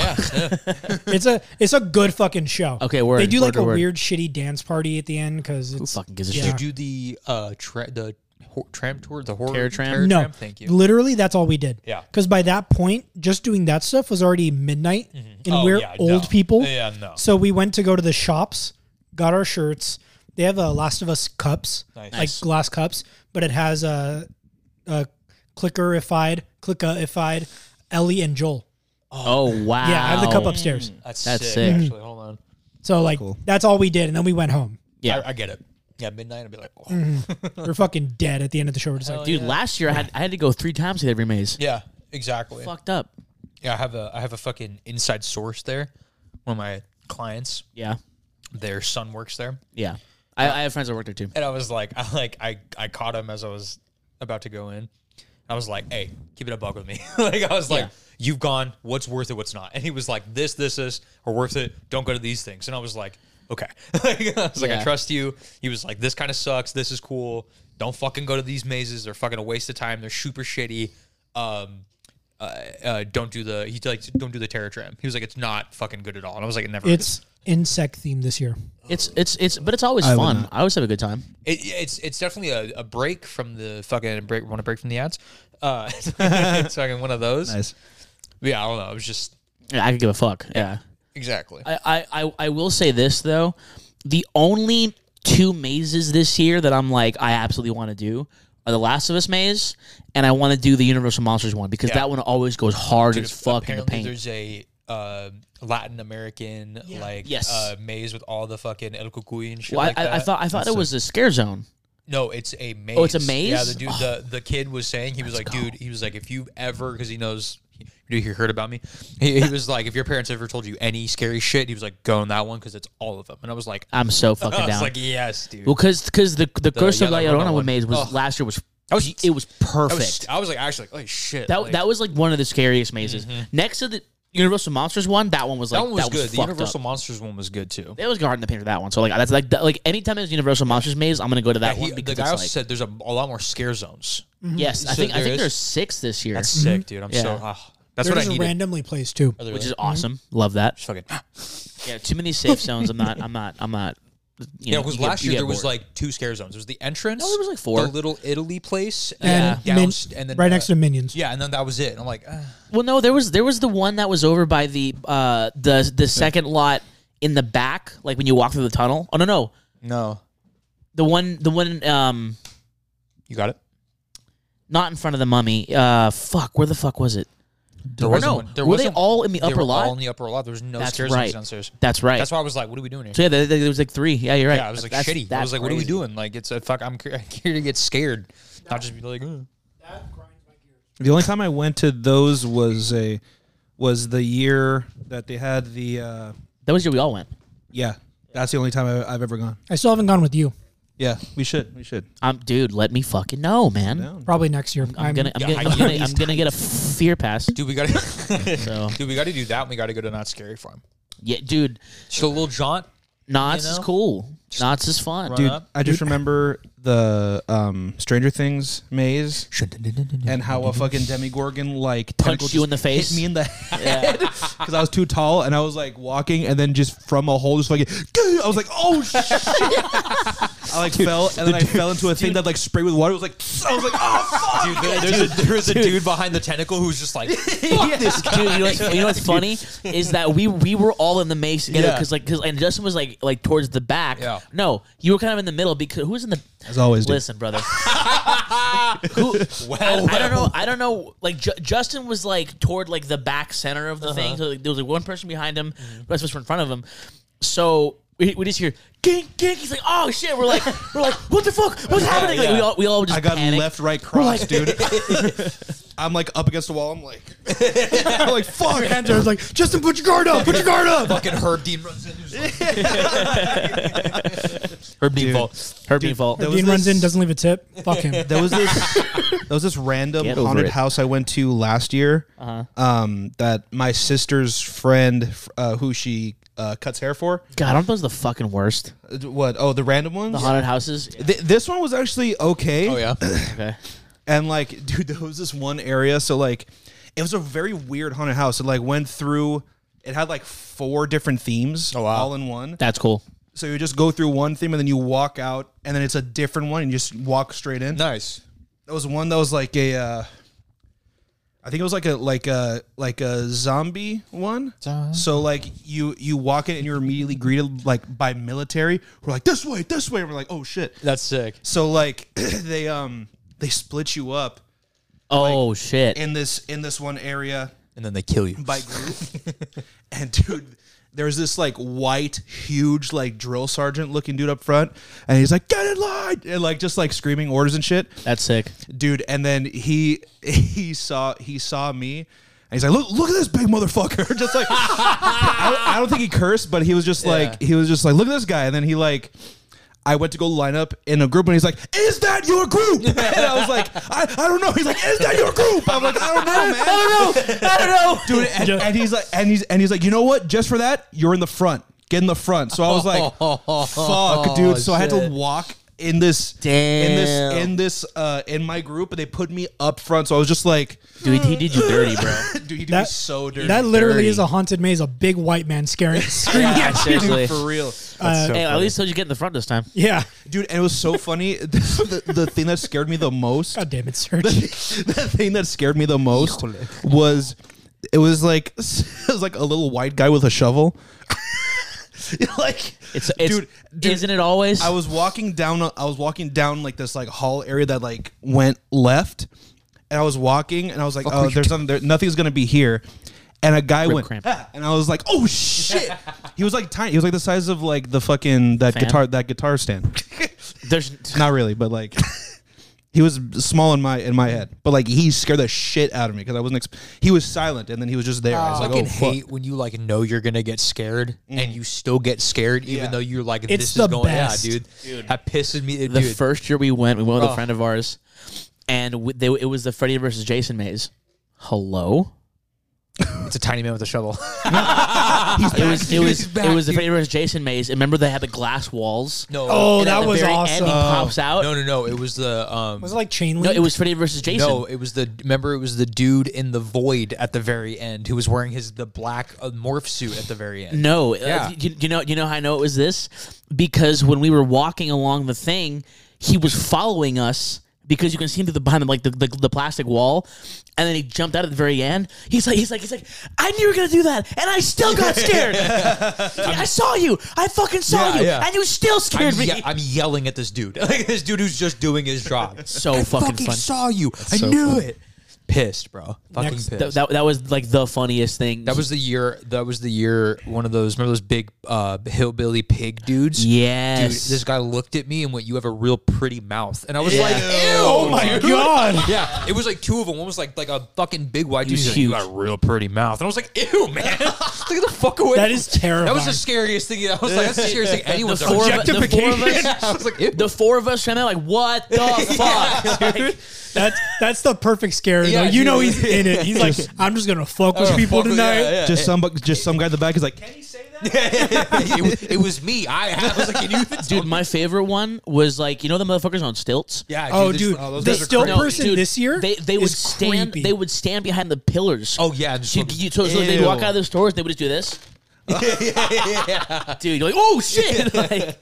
Speaker 4: It's a it's a good fucking show.
Speaker 1: Okay, word,
Speaker 4: They do like
Speaker 1: word,
Speaker 4: a
Speaker 1: word.
Speaker 4: weird shitty dance party at the end because it's
Speaker 1: fucking gives a
Speaker 4: Yeah.
Speaker 1: shit?
Speaker 3: Did you do the uh tra- the hor- tram tour, the horror
Speaker 1: Terror tram?
Speaker 3: terror
Speaker 4: no.
Speaker 3: tram? Thank you.
Speaker 4: Literally, that's all we did.
Speaker 3: Yeah.
Speaker 4: Because by that point, just doing that stuff was already midnight, and
Speaker 3: Oh,
Speaker 4: we're
Speaker 3: yeah,
Speaker 4: old
Speaker 3: no.
Speaker 4: people.
Speaker 3: Yeah, no.
Speaker 4: So we went to go to the shops, got our shirts. They have a Last of Us cups,
Speaker 3: Nice.
Speaker 4: like glass cups, but it has a, a clickerified, clickerified Ellie and Joel.
Speaker 1: Oh wow!
Speaker 4: Yeah, I have the cup upstairs.
Speaker 3: That's,
Speaker 1: That's
Speaker 3: sick,
Speaker 1: sick.
Speaker 3: Actually, hold on.
Speaker 4: So like that's all we did, and then we went home.
Speaker 1: Yeah.
Speaker 3: I, I get it. Yeah, midnight. I'd be like, oh.
Speaker 4: We're fucking dead at the end of the show. We're just like,
Speaker 1: Dude, last year I had I had to go three times to every maze.
Speaker 3: yeah, exactly.
Speaker 1: Fucked up.
Speaker 3: Yeah, I have a I have a fucking inside source there. One of my clients,
Speaker 1: Yeah,
Speaker 3: their son works there,
Speaker 1: yeah. I, I have friends that work there too.
Speaker 3: and I was like, I like I I caught him as I was about to go in. I was like, hey, keep it a buck with me. like I was like,
Speaker 1: Yeah.
Speaker 3: you've gone. What's worth it? What's not? And he was like, this, this, this are worth it. Don't go to these things. And I was like, okay. like, I was like, I
Speaker 1: Yeah.
Speaker 3: trust you. He was like, this kind of sucks. This is cool. Don't fucking go to these mazes. They're fucking a waste of time. They're super shitty. Um, uh, uh, don't do the he like don't do the terror tram. He was like, it's not fucking good at all. And I was like, it never.
Speaker 4: it's
Speaker 3: is.
Speaker 4: insect theme this year.
Speaker 1: It's it's it's, but it's always
Speaker 2: I would
Speaker 1: fun.
Speaker 2: not.
Speaker 1: I always have a good time.
Speaker 3: It, it's it's definitely a, a break from the fucking break. Want to break from the ads? Uh, it's fucking one of those.
Speaker 2: Nice.
Speaker 3: Yeah, I don't know. It was just
Speaker 1: Yeah, I could give a fuck. Yeah.
Speaker 3: exactly.
Speaker 1: I, I, I, I will say this though, the only two mazes this year that I'm like I absolutely want to do are the Last of Us maze and I want to do the Universal Monsters one because
Speaker 3: Yeah.
Speaker 1: that one always goes hard as fuck in the
Speaker 3: Apparently,
Speaker 1: paint.
Speaker 3: there's a uh, Latin American like
Speaker 1: Yes.
Speaker 3: uh, maze with all the fucking El Cucuy and shit.
Speaker 1: Well, I-
Speaker 3: like
Speaker 1: I, I
Speaker 3: that.
Speaker 1: thought I thought it was a scare zone.
Speaker 3: No, it's a maze.
Speaker 1: Oh, it's a
Speaker 3: Yeah,
Speaker 1: maze? Oh.
Speaker 3: the dude, the, the kid was saying he was like, dude, he was like, if you ever, because he knows, dude, he heard about me. He, he was like, if your parents ever told you any scary shit, he was like, go on that one because it's all of them. And I was like, "Oh,"
Speaker 1: I'm so
Speaker 3: I
Speaker 1: fucking
Speaker 3: was
Speaker 1: down.
Speaker 3: like, yes, dude.
Speaker 1: well, because the, the Curse of La
Speaker 3: Yellow Rona
Speaker 1: Llorona
Speaker 3: one.
Speaker 1: maze was
Speaker 3: Ugh.
Speaker 1: last year was
Speaker 3: That was-
Speaker 1: it was
Speaker 3: I was-
Speaker 1: perfect.
Speaker 3: I was like, actually, like, oh shit.
Speaker 1: That
Speaker 3: like, Mm-hmm.
Speaker 1: that was like one of the scariest mazes. Next to the Universal Monsters one, that one was like
Speaker 3: that one was good. The
Speaker 1: fucked up.
Speaker 3: Universal Monsters one was good too.
Speaker 1: It was hard in the paint for that one. So like that's like that, like anytime there's Universal Monsters maze, I'm gonna go to that
Speaker 3: Yeah,
Speaker 1: one
Speaker 3: he- the
Speaker 1: because
Speaker 3: guy
Speaker 1: it's
Speaker 3: also
Speaker 1: like
Speaker 3: said there's a, a lot more scare zones.
Speaker 1: yes, I
Speaker 3: so
Speaker 1: think I
Speaker 3: there
Speaker 1: think
Speaker 3: is-
Speaker 1: there's six this year,
Speaker 3: That's sick, dude. I'm so.
Speaker 1: Mm-hmm. Yeah.
Speaker 3: ah, that's
Speaker 4: They're
Speaker 3: what I
Speaker 4: just
Speaker 3: needed.
Speaker 4: randomly placed too.
Speaker 3: Other
Speaker 1: which
Speaker 3: than-
Speaker 1: is awesome. Love that.
Speaker 3: fucking.
Speaker 1: Yeah, too many safe zones. I'm not. I'm not. I'm not. You
Speaker 3: Yeah,
Speaker 1: know,
Speaker 3: because
Speaker 1: you get-
Speaker 3: last
Speaker 1: you
Speaker 3: year
Speaker 1: get
Speaker 3: there was
Speaker 1: bored.
Speaker 3: like two scare zones. There was the entrance.
Speaker 1: No, there was, like, four.
Speaker 3: The little Italy place.
Speaker 4: And,
Speaker 3: yeah,
Speaker 4: Min-
Speaker 3: downst- and then uh,
Speaker 4: right next to Minions.
Speaker 3: Yeah, and then that was it. And I'm like, uh,
Speaker 1: Well, no, there was there was the one that was over by the uh the the second lot in the back, like when you walk through the tunnel. Oh no, no,
Speaker 3: no,
Speaker 1: the one the one um
Speaker 3: you got it.
Speaker 1: not in front of the mummy. Uh, fuck, where the fuck was it?
Speaker 3: There
Speaker 1: Or
Speaker 3: wasn't
Speaker 1: no,
Speaker 3: one- there
Speaker 1: were they
Speaker 3: wasn't-
Speaker 1: all in the
Speaker 3: They
Speaker 1: upper
Speaker 3: were
Speaker 1: lot?
Speaker 3: All in the upper lot. There was no
Speaker 1: That's
Speaker 3: scare
Speaker 1: right.
Speaker 3: zones downstairs.
Speaker 1: That's right.
Speaker 3: That's why I was like, what are we doing here?
Speaker 1: so yeah, there, there there was like three. Yeah, you're right.
Speaker 3: Yeah, I was like,
Speaker 1: That's-
Speaker 3: shitty. I
Speaker 1: that's
Speaker 3: was like, what are we
Speaker 1: crazy.
Speaker 3: doing? Like, it's a fuck. I'm cur- here to get scared, not just be like. "Uh."
Speaker 2: The only time I went to those was a was the year that they had the uh
Speaker 1: That was the year we all went.
Speaker 2: yeah. That's the only time I, I've ever gone.
Speaker 4: I still haven't gone with you.
Speaker 2: Yeah, we should. We should.
Speaker 1: Um, dude, let me fucking know, man.
Speaker 2: Down.
Speaker 4: Probably next year.
Speaker 1: I'm gonna, I'm
Speaker 3: Yeah,
Speaker 1: gonna,
Speaker 3: I
Speaker 1: I'm
Speaker 3: know
Speaker 1: gonna,
Speaker 3: these
Speaker 1: I'm gonna get a fear pass.
Speaker 3: Dude, we gotta,
Speaker 1: So
Speaker 3: dude, we gotta do that. and We gotta go to Not Scary Farm.
Speaker 1: yeah, dude,
Speaker 3: Just a little jaunt.
Speaker 1: Knots
Speaker 3: You
Speaker 1: is
Speaker 3: know?
Speaker 1: cool. Knots is fun.
Speaker 3: Run
Speaker 2: Dude,
Speaker 3: up.
Speaker 2: I just remember the um Stranger Things maze and how a fucking demigorgon like tentacle
Speaker 1: you
Speaker 2: just
Speaker 1: in the face?
Speaker 2: hit me in the head because I was too tall and I was like walking and then just from a hole just fucking I was like oh shit I like fell and then I fell into a thing that like sprayed with water it was like I was like oh fuck
Speaker 3: Dude, there- there's a, there's a dude behind the tentacle who's just like, fuck this guy.
Speaker 1: Dude, you know, what's- you know what's funny is that we we were all in the maze together
Speaker 2: Yeah.
Speaker 1: because like because and Justin was like like towards the back.
Speaker 3: Yeah.
Speaker 1: No, you were kind of in the middle because who was in the
Speaker 2: as always dude.
Speaker 1: listen, brother. who, I, I don't know. I don't know. Like Ju- Justin was like toward like the back center of the
Speaker 2: Uh-huh.
Speaker 1: thing. So like, there was like one person behind him,
Speaker 2: Mm-hmm.
Speaker 1: the rest of us were in front of him. So we, we just hear "gink gink." He's like, "Oh shit!" We're like, "We're like, what the fuck? What's happening?" Like we all we all just
Speaker 2: I got
Speaker 1: panicked.
Speaker 2: left right cross dude I'm like up against the wall I'm like I'm like fuck hands are like Justin put your guard up put your guard up
Speaker 3: Fucking Herb Dean runs in. He's like, Herb Dean
Speaker 2: Dude.
Speaker 3: vault.
Speaker 1: Her being fault.
Speaker 2: There was
Speaker 4: Dean runs
Speaker 2: this-
Speaker 4: in, doesn't leave a tip. Fuck him.
Speaker 2: There was this there was this random
Speaker 1: Get over
Speaker 2: haunted
Speaker 1: it.
Speaker 2: house I went to last year. Um, that my sister's friend, f- uh, who she uh, cuts hair for,
Speaker 1: God, aren't those the fucking worst?
Speaker 2: Uh, what? Oh, the random ones.
Speaker 1: The haunted houses.
Speaker 2: Th- this one was actually okay.
Speaker 3: Oh yeah.
Speaker 1: Okay.
Speaker 2: And like, dude, there was this one area. So like, it was a very weird haunted house. It like went through. It had like four different themes
Speaker 3: wow.
Speaker 2: all in one.
Speaker 1: That's cool.
Speaker 2: So you just go through one theme and then you walk out, and then it's a different one, and you just walk straight in.
Speaker 3: Nice.
Speaker 2: There was one that was like a, uh, I think it was like a like a like a zombie one. So like you you walk in and you're immediately greeted like by military. We're like this way, this way. we're like oh shit.
Speaker 3: That's sick.
Speaker 2: So like they um they split you up
Speaker 1: Oh shit.
Speaker 2: in this in this one area
Speaker 3: And then they kill you.
Speaker 2: by group. and dude, there's this like white, huge, like drill sergeant looking dude up front, and he's like get in line and like just like screaming orders and shit
Speaker 1: That's sick.
Speaker 2: dude. And then he he saw he saw me, and he's like, "Look, look at this big motherfucker!" just like I, don't- I don't think he cursed, but he was just like he was just like, "Look at this guy!" And then he like. I went to go line up in a group, and he's like, "Is that your group?" And I was like, "I, I don't know." He's like, "Is that your group?" I'm like, "I don't know, man. I don't know. I don't know, dude." And, and he's like, and he's and he's like, "You know what? Just Oh, for that, you're in the front. Get in the front." So I was like, "Fuck, dude." So I had to walk in this in this
Speaker 1: Damn.
Speaker 2: in this uh in my group and they put me up front so I was just like
Speaker 1: Dude, he did you dirty, bro.
Speaker 2: dude he did me
Speaker 4: That-
Speaker 2: so dirty
Speaker 4: That literally
Speaker 1: dirty.
Speaker 4: is a haunted maze. A big white man scaring, screaming
Speaker 1: Yeah,
Speaker 4: at you.
Speaker 1: seriously.
Speaker 2: for real
Speaker 4: Uh,
Speaker 1: Hey, at least told you get in the front this time.
Speaker 4: yeah.
Speaker 2: dude and it was so funny the, the, the thing that scared me the most
Speaker 4: God damn it, Serge.
Speaker 2: the thing that scared me the most was it was like it was like a little white guy with a shovel like
Speaker 1: It's, it's
Speaker 2: dude, dude,
Speaker 1: isn't it always?
Speaker 2: I was walking down. a- I was walking down like this like hall area that like went left, and I was walking, and I was like, oh, there's nothing, there, nothing's gonna be here. And a guy went,
Speaker 1: cramp.
Speaker 2: "Ah," and I was like, "Oh shit!" he was like tiny. He was like the size of like the fucking that
Speaker 1: Fan?
Speaker 2: guitar that guitar stand.
Speaker 1: There's
Speaker 2: Not really, but like he was small in my in my head. But like he scared the shit out of me because I wasn't. Exp- he was silent, and then he was just there. I was
Speaker 3: I
Speaker 2: like,
Speaker 3: fucking
Speaker 2: "Oh fuck."
Speaker 3: hate when you like know you're gonna get scared and you still get scared even
Speaker 2: Yeah.
Speaker 3: though you're like this
Speaker 4: It's
Speaker 3: is
Speaker 4: the
Speaker 3: going
Speaker 4: best.
Speaker 3: yeah dude. that pisses me
Speaker 1: the
Speaker 3: dude
Speaker 1: first year we went, we went with
Speaker 3: Oh.
Speaker 1: a friend of ours, and we, they, it was the Freddy versus Jason maze. Hello.
Speaker 3: it's a tiny man with a shovel
Speaker 1: It was it
Speaker 3: He's
Speaker 1: was
Speaker 3: back,
Speaker 1: it was the
Speaker 3: dude.
Speaker 1: Freddy versus Jason maze. And Remember they had the glass walls.
Speaker 3: no
Speaker 4: Oh,
Speaker 1: And at
Speaker 4: that
Speaker 1: the
Speaker 4: was
Speaker 1: very End,
Speaker 4: awesome.
Speaker 1: he pops out.
Speaker 3: no no no it was the um
Speaker 4: Was it like chain link?
Speaker 1: No, it was Freddy versus Jason.
Speaker 3: No, it was the remember it was the dude in the void at the very end who was wearing his the black uh, morph suit at the very end.
Speaker 1: No, uh,
Speaker 3: Yeah.
Speaker 1: you, you know, you know how I know it was this because when we were walking along the thing, he was following us because you can see him through the behind the, like the, the, the plastic wall, and then he jumped out at the very end. He's like, he's like, he's like, I knew you were gonna do that, and I still got scared. Yeah, I saw you, I fucking saw
Speaker 3: Yeah,
Speaker 1: you,
Speaker 3: yeah.
Speaker 1: and you still scared
Speaker 3: I'm,
Speaker 1: me.
Speaker 3: ye- I'm yelling at this dude, like this dude who's just doing his job.
Speaker 1: so
Speaker 3: I
Speaker 1: fucking,
Speaker 3: fucking,
Speaker 1: fun.
Speaker 3: saw you. I knew it. Pissed, bro. Fucking
Speaker 4: Next-
Speaker 3: pissed.
Speaker 1: Th- that, that was like the funniest thing.
Speaker 3: That was the year. That was the year. One of those. Remember those big uh, hillbilly pig dudes?
Speaker 1: Yes.
Speaker 3: Dude, this guy looked at me and went, "You have a real pretty mouth," and I was like, "Ew!"
Speaker 4: Oh my god.
Speaker 3: Yeah, it was like two of them. One was like like a fucking big white dude.
Speaker 1: was
Speaker 3: He's like, you
Speaker 1: huge.
Speaker 3: got a real pretty mouth, and I was like, "Ew, man! Look at the fuck away."
Speaker 4: That is terrifying.
Speaker 3: That was the scariest thing. I was like, "That's the scariest thing anyone's
Speaker 1: four of-
Speaker 3: ever."
Speaker 1: the four of us,
Speaker 3: I was like, "Ew."
Speaker 1: the four of us came out like, what the fuck?
Speaker 4: That's that's the perfect scare.
Speaker 3: Yeah,
Speaker 4: though. You
Speaker 3: dude.
Speaker 4: know he's in it. He's like, I'm just gonna fuck with people
Speaker 3: Fuck with-
Speaker 4: tonight.
Speaker 3: yeah, yeah.
Speaker 2: Just some bu- just some guy at the back is like,
Speaker 3: it, was- it was me. I, I was like, "Can you even?"
Speaker 1: Dude, my favorite one was like, you know the motherfuckers on stilts?
Speaker 3: Yeah,
Speaker 4: Oh,
Speaker 3: this-
Speaker 4: dude,
Speaker 3: those
Speaker 4: the
Speaker 3: guys are
Speaker 4: still
Speaker 3: crazy.
Speaker 1: No,
Speaker 4: person
Speaker 1: dude,
Speaker 4: this year.
Speaker 1: They they
Speaker 4: is
Speaker 1: would stand.
Speaker 4: creepy.
Speaker 1: They would stand behind the pillars.
Speaker 3: Oh yeah, just
Speaker 1: so, you- you- so- so they'd walk
Speaker 2: Ew.
Speaker 1: out of the stores. They would just do this. Dude, you're like, oh shit! Like,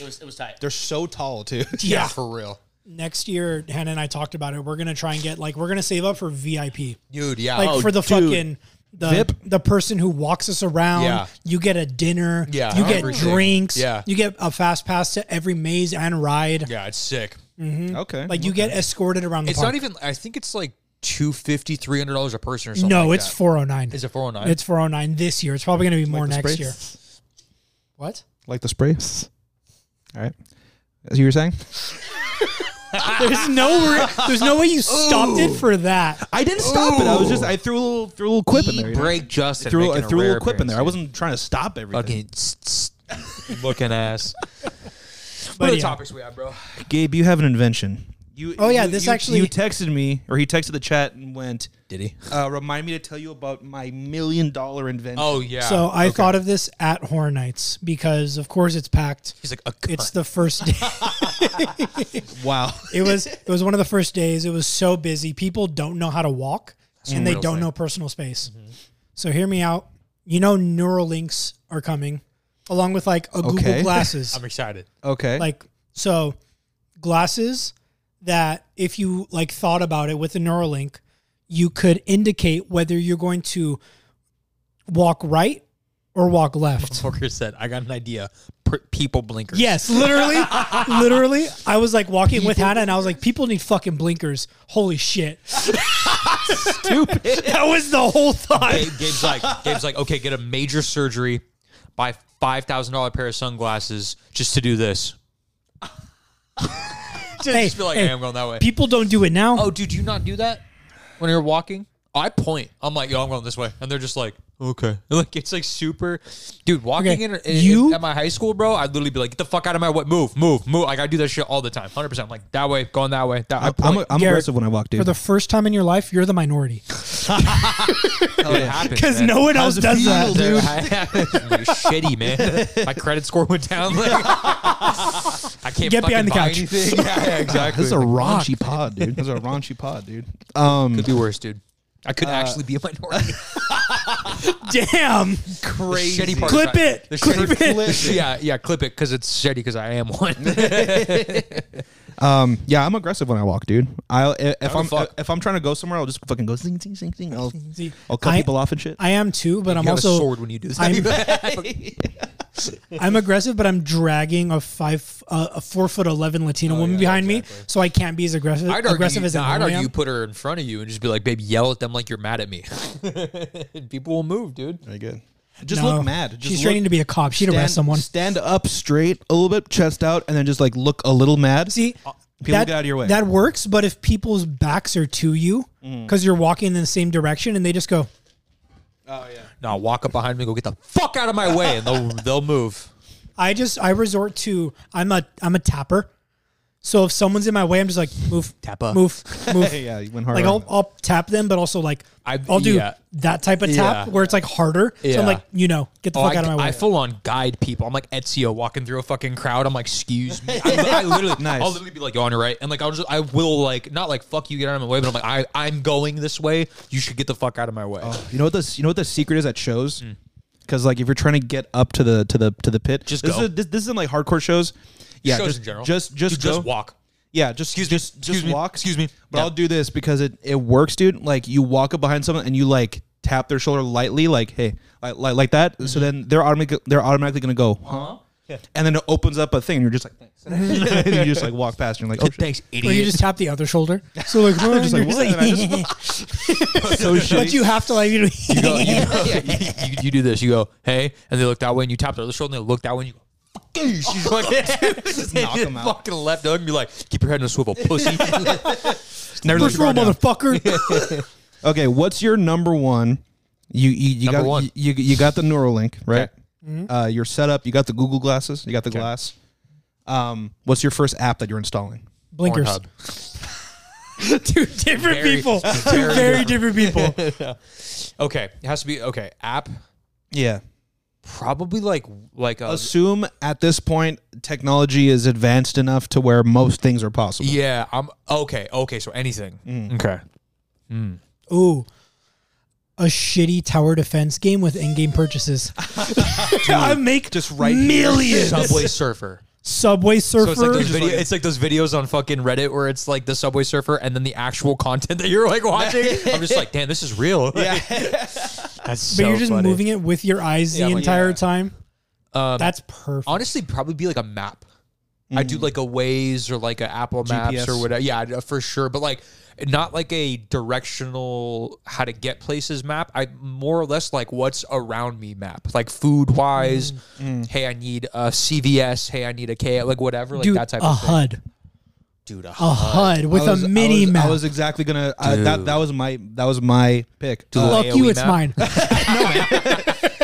Speaker 1: it was it was tight.
Speaker 2: "They're so tall too."
Speaker 4: yeah.
Speaker 3: for real,
Speaker 4: Next year, Hannah and I talked about it. We're gonna try and get like we're gonna save up for VIP,
Speaker 3: dude. Yeah,
Speaker 4: like
Speaker 1: Oh,
Speaker 4: for the
Speaker 1: dude.
Speaker 4: fucking. The,
Speaker 2: VIP?
Speaker 4: the person who walks us around,
Speaker 3: Yeah.
Speaker 4: you get a dinner,
Speaker 3: Yeah,
Speaker 4: you get
Speaker 3: everything.
Speaker 4: drinks,
Speaker 3: Yeah.
Speaker 4: you get a fast pass to every maze and ride.
Speaker 3: yeah, it's sick.
Speaker 2: okay,
Speaker 4: Like you get escorted around the
Speaker 3: It's
Speaker 4: park.
Speaker 3: not even. I think it's like two fifty, three hundred dollars a person or something.
Speaker 4: no,
Speaker 3: like
Speaker 4: it's
Speaker 3: that.
Speaker 4: four oh nine.
Speaker 3: Is it four hundred nine?
Speaker 4: It's four oh nine this year. It's probably gonna be more
Speaker 2: the
Speaker 4: next
Speaker 2: spray?
Speaker 4: year. What?
Speaker 2: like the spray. All right, as you were saying.
Speaker 3: Ah.
Speaker 4: There's no re- there's no way you stopped it for that.
Speaker 2: I didn't stop it. I was just I threw a little threw a little quip in there. you know?
Speaker 3: break Justin.
Speaker 2: I threw I
Speaker 3: making
Speaker 2: threw a
Speaker 3: rare
Speaker 2: little quip in there. I
Speaker 3: appearance,
Speaker 2: wasn't trying to stop everything.
Speaker 3: dude. fucking looking ass. What
Speaker 4: But
Speaker 3: are the
Speaker 4: yeah.
Speaker 3: topics we have, bro?
Speaker 2: Gabe, you have an invention. You,
Speaker 4: Oh, yeah,
Speaker 2: you-
Speaker 4: this
Speaker 2: you-
Speaker 4: actually-
Speaker 2: You texted me, or he texted the chat and went,
Speaker 3: Did he?
Speaker 2: uh, "Remind me to tell you about my million dollar invention."
Speaker 3: Oh yeah.
Speaker 4: So I thought of this at Horror Nights because of course it's packed.
Speaker 3: he's like a
Speaker 4: It's the first day.
Speaker 2: wow!
Speaker 4: it was it was one of the first days. It was so busy. People don't know how to walk and they
Speaker 3: Mm-hmm. real
Speaker 4: don't
Speaker 3: thing. Mm-hmm.
Speaker 4: know personal space. So hear me out. You know Neuralinks are coming along with like a
Speaker 2: Okay.
Speaker 4: Google glasses.
Speaker 3: I'm excited.
Speaker 2: Okay,
Speaker 4: like so glasses that if you like thought about it with a neuralink you could indicate whether you're going to walk right or walk left
Speaker 3: Parker said, "I got an idea. Per- people blinkers.
Speaker 4: yes literally literally i was like walking with hannah and i was like people need fucking blinkers holy shit stupid that was the whole thought
Speaker 3: Gabe, Gabe's like, Gabe's like, okay, get a major surgery, buy five thousand dollar pair of sunglasses just to do this.
Speaker 4: hey,
Speaker 3: Just feel like
Speaker 4: hey,
Speaker 3: I am going that way.
Speaker 4: people don't do it now
Speaker 3: oh, dude, you not do that when you're walking? I point. I'm like, yo, I'm going this way, and they're just like, okay. Like it's like super, dude. Walking
Speaker 4: Okay,
Speaker 3: in, in-
Speaker 4: you-
Speaker 3: at my high school, bro, I'd literally be like, get the fuck out of my way, move, move, move. Like I do that shit all the time, hundred percent. Like that way, going that way. That I
Speaker 2: I'm,
Speaker 3: point.
Speaker 2: I'm
Speaker 4: Garrett,
Speaker 2: aggressive when I walk, dude.
Speaker 4: for the first time in your life you're the minority
Speaker 3: Hell, it happened.
Speaker 4: because
Speaker 3: man.
Speaker 4: no one else does that.
Speaker 3: Dude, I- shitty man. My credit score went down. Like, I can't
Speaker 4: Get
Speaker 3: fucking
Speaker 4: behind the
Speaker 3: buy
Speaker 4: couch.
Speaker 3: Anything. Yeah, yeah, exactly.
Speaker 2: This is a raunchy pod, dude. This is a raunchy pod, dude. Um,
Speaker 3: Could be worse, dude. I
Speaker 4: Uh,
Speaker 3: could actually be a minority.
Speaker 4: Damn,
Speaker 2: crazy.
Speaker 3: Shitty part
Speaker 4: Clip
Speaker 3: about-
Speaker 4: it.
Speaker 3: the
Speaker 4: Clip
Speaker 3: shitty-
Speaker 4: it.
Speaker 2: Listen.
Speaker 3: Yeah, yeah, clip it because it's shitty because I am one.
Speaker 2: Um, yeah, I'm aggressive when I walk, dude. I'll i- if
Speaker 3: the
Speaker 2: I'm
Speaker 3: fuck?
Speaker 2: if I'm trying to go somewhere, I'll just fucking go zing zing zing zing. I'll,
Speaker 4: See,
Speaker 2: I'll cut
Speaker 4: I-
Speaker 2: people off and shit.
Speaker 4: I am too, but I'm
Speaker 3: you have a
Speaker 4: also
Speaker 3: sword when you do this.
Speaker 4: I'm- I'm aggressive, but I'm dragging a five, uh, a four foot eleven Latino woman behind me, so I can't be as aggressive.
Speaker 3: Oh, I'd argue,
Speaker 4: aggressive
Speaker 3: you,
Speaker 4: as I
Speaker 3: nah, I'd
Speaker 4: normally
Speaker 3: argue you
Speaker 4: am.
Speaker 3: put her in front of you and just be like, babe, yell at them like you're mad at me. And People will move, dude.
Speaker 2: Very good. Just
Speaker 4: No.
Speaker 2: look mad. Just
Speaker 4: She's
Speaker 2: look,
Speaker 4: training to be a cop. She'd
Speaker 2: stand,
Speaker 4: arrest someone.
Speaker 2: Stand up straight, a little bit, chest out, and then just like look a little mad.
Speaker 4: See,
Speaker 2: people get out of your way.
Speaker 4: That works, but if people's backs are to you because you're walking in the same direction and they just go,
Speaker 3: No, walk up behind me, go get the fuck out of my way, and they'll they'll move.
Speaker 4: I just I resort to I'm a I'm a tapper. So if someone's in my way, I'm just like move
Speaker 3: Tapper.
Speaker 4: move move.
Speaker 2: yeah, you went hard.
Speaker 4: Like
Speaker 2: on
Speaker 4: I'll,
Speaker 2: that.
Speaker 4: I'll tap them, but also like i
Speaker 3: I've-
Speaker 4: will do
Speaker 3: yeah.
Speaker 4: that type of tap
Speaker 3: Yeah.
Speaker 4: where it's like harder. So
Speaker 3: Yeah.
Speaker 4: I'm like, you know, get the
Speaker 3: Oh,
Speaker 4: fuck
Speaker 3: I,
Speaker 4: out of my way.
Speaker 3: I full on guide people. I'm like Ezio walking through a fucking crowd. I'm like, excuse me. I, I literally,
Speaker 2: Nice.
Speaker 3: I'll literally be like, you're on your right, and like I'll just, I will like, not like fuck you, get out of my way, but I'm like, I, I'm going this way. You should get the fuck out of my way.
Speaker 4: Oh.
Speaker 2: you know what this? You know what the secret is at shows?
Speaker 3: Hmm.
Speaker 2: Because like if you're trying to get up to the to the to the pit,
Speaker 3: Just
Speaker 2: this
Speaker 3: go.
Speaker 2: Is this, this isn't like hardcore shows. Yeah,
Speaker 3: Shows
Speaker 2: just,
Speaker 3: in general.
Speaker 2: Just just
Speaker 3: Dude, just
Speaker 2: go.
Speaker 3: walk.
Speaker 2: Yeah, just
Speaker 3: Excuse me,
Speaker 2: just
Speaker 3: excuse
Speaker 2: just
Speaker 3: me,
Speaker 2: walk.
Speaker 3: excuse me.
Speaker 2: But
Speaker 3: Yeah.
Speaker 2: I'll do this because it it works, dude. Like you walk up behind someone and you like tap their shoulder lightly, like hey, like like, like that.
Speaker 3: Mm-hmm.
Speaker 2: So then they're automatic they're automatically gonna go,
Speaker 3: Uh-huh.
Speaker 2: huh? And then it opens up a thing, and you're just like, thanks. and you just like walk past, and you're like, oh, shit.
Speaker 3: Thanks, idiot.
Speaker 4: Or you just tap the other shoulder. So like,
Speaker 2: Just like,
Speaker 4: you're just
Speaker 2: what?
Speaker 4: like,
Speaker 2: And I So
Speaker 4: but
Speaker 2: shitty.
Speaker 4: you have to like, you know,
Speaker 3: You go- you, you- you- you do this. You go, hey, and they look that way, and you tap their other shoulder, and they look that way, and you go, fuck you. She's like, just
Speaker 2: knock 'em out.
Speaker 3: Fucking left hook, and be like, keep your head in a swivel, pussy.
Speaker 2: Never let
Speaker 4: first
Speaker 2: it go
Speaker 4: rule,
Speaker 2: down.
Speaker 4: motherfucker.
Speaker 2: Okay, what's your number one? You you, you
Speaker 3: Number
Speaker 2: got
Speaker 3: one.
Speaker 2: You, you got the Neuralink right.
Speaker 4: Mm-hmm.
Speaker 2: Uh, you're set up. You got the Google glasses. You got the glass. Um, what's your first app that you're installing?
Speaker 4: Blinkers.
Speaker 3: Pornhub.
Speaker 4: Two different
Speaker 3: Very-
Speaker 4: people. Two very
Speaker 3: very
Speaker 4: different people.
Speaker 3: Okay, it has to be okay. App,
Speaker 2: Yeah.
Speaker 3: probably like like a
Speaker 2: Assume at this point technology is advanced enough to where most things are possible.
Speaker 3: yeah. I'm okay. Okay, so anything. Okay.
Speaker 4: Ooh. A shitty tower defense game with in-game purchases. I make
Speaker 2: Just right here.
Speaker 4: millions.
Speaker 3: Subway Surfer.
Speaker 4: Subway
Speaker 3: So
Speaker 4: Surfer.
Speaker 3: it's like, those
Speaker 2: Just
Speaker 3: video,
Speaker 2: like-
Speaker 3: it's like those videos on fucking Reddit where it's like the Subway Surfer and then the actual content that you're like watching. I'm just like, damn, this is real. Yeah. That's
Speaker 4: but
Speaker 3: so
Speaker 4: you're just
Speaker 3: funny.
Speaker 4: moving it with your eyes
Speaker 3: Yeah,
Speaker 4: the
Speaker 3: like-
Speaker 4: entire time. That's perfect.
Speaker 3: honestly probably be like a map. I
Speaker 2: Mm.
Speaker 3: do like a Waze or like an Apple Maps
Speaker 2: GPS.
Speaker 3: or whatever. Yeah, I'd- for sure. But like not like a directional how to get places map. I more or less like what's around me map. Like food wise,
Speaker 2: Mm.
Speaker 4: Mm.
Speaker 3: hey, I need a CVS. Hey, I need a K. Like whatever, like
Speaker 4: Dude,
Speaker 3: that type
Speaker 4: a
Speaker 3: of thing. Uh,
Speaker 4: HUD.
Speaker 3: Dude, a
Speaker 4: A HUD with
Speaker 2: I was-
Speaker 4: a mini
Speaker 2: I was,
Speaker 4: map.
Speaker 2: I was exactly gonna. I, that that was my that was my pick. Uh,
Speaker 3: Look,
Speaker 4: Fuck you,
Speaker 3: AOE
Speaker 4: it's
Speaker 3: map.
Speaker 4: mine.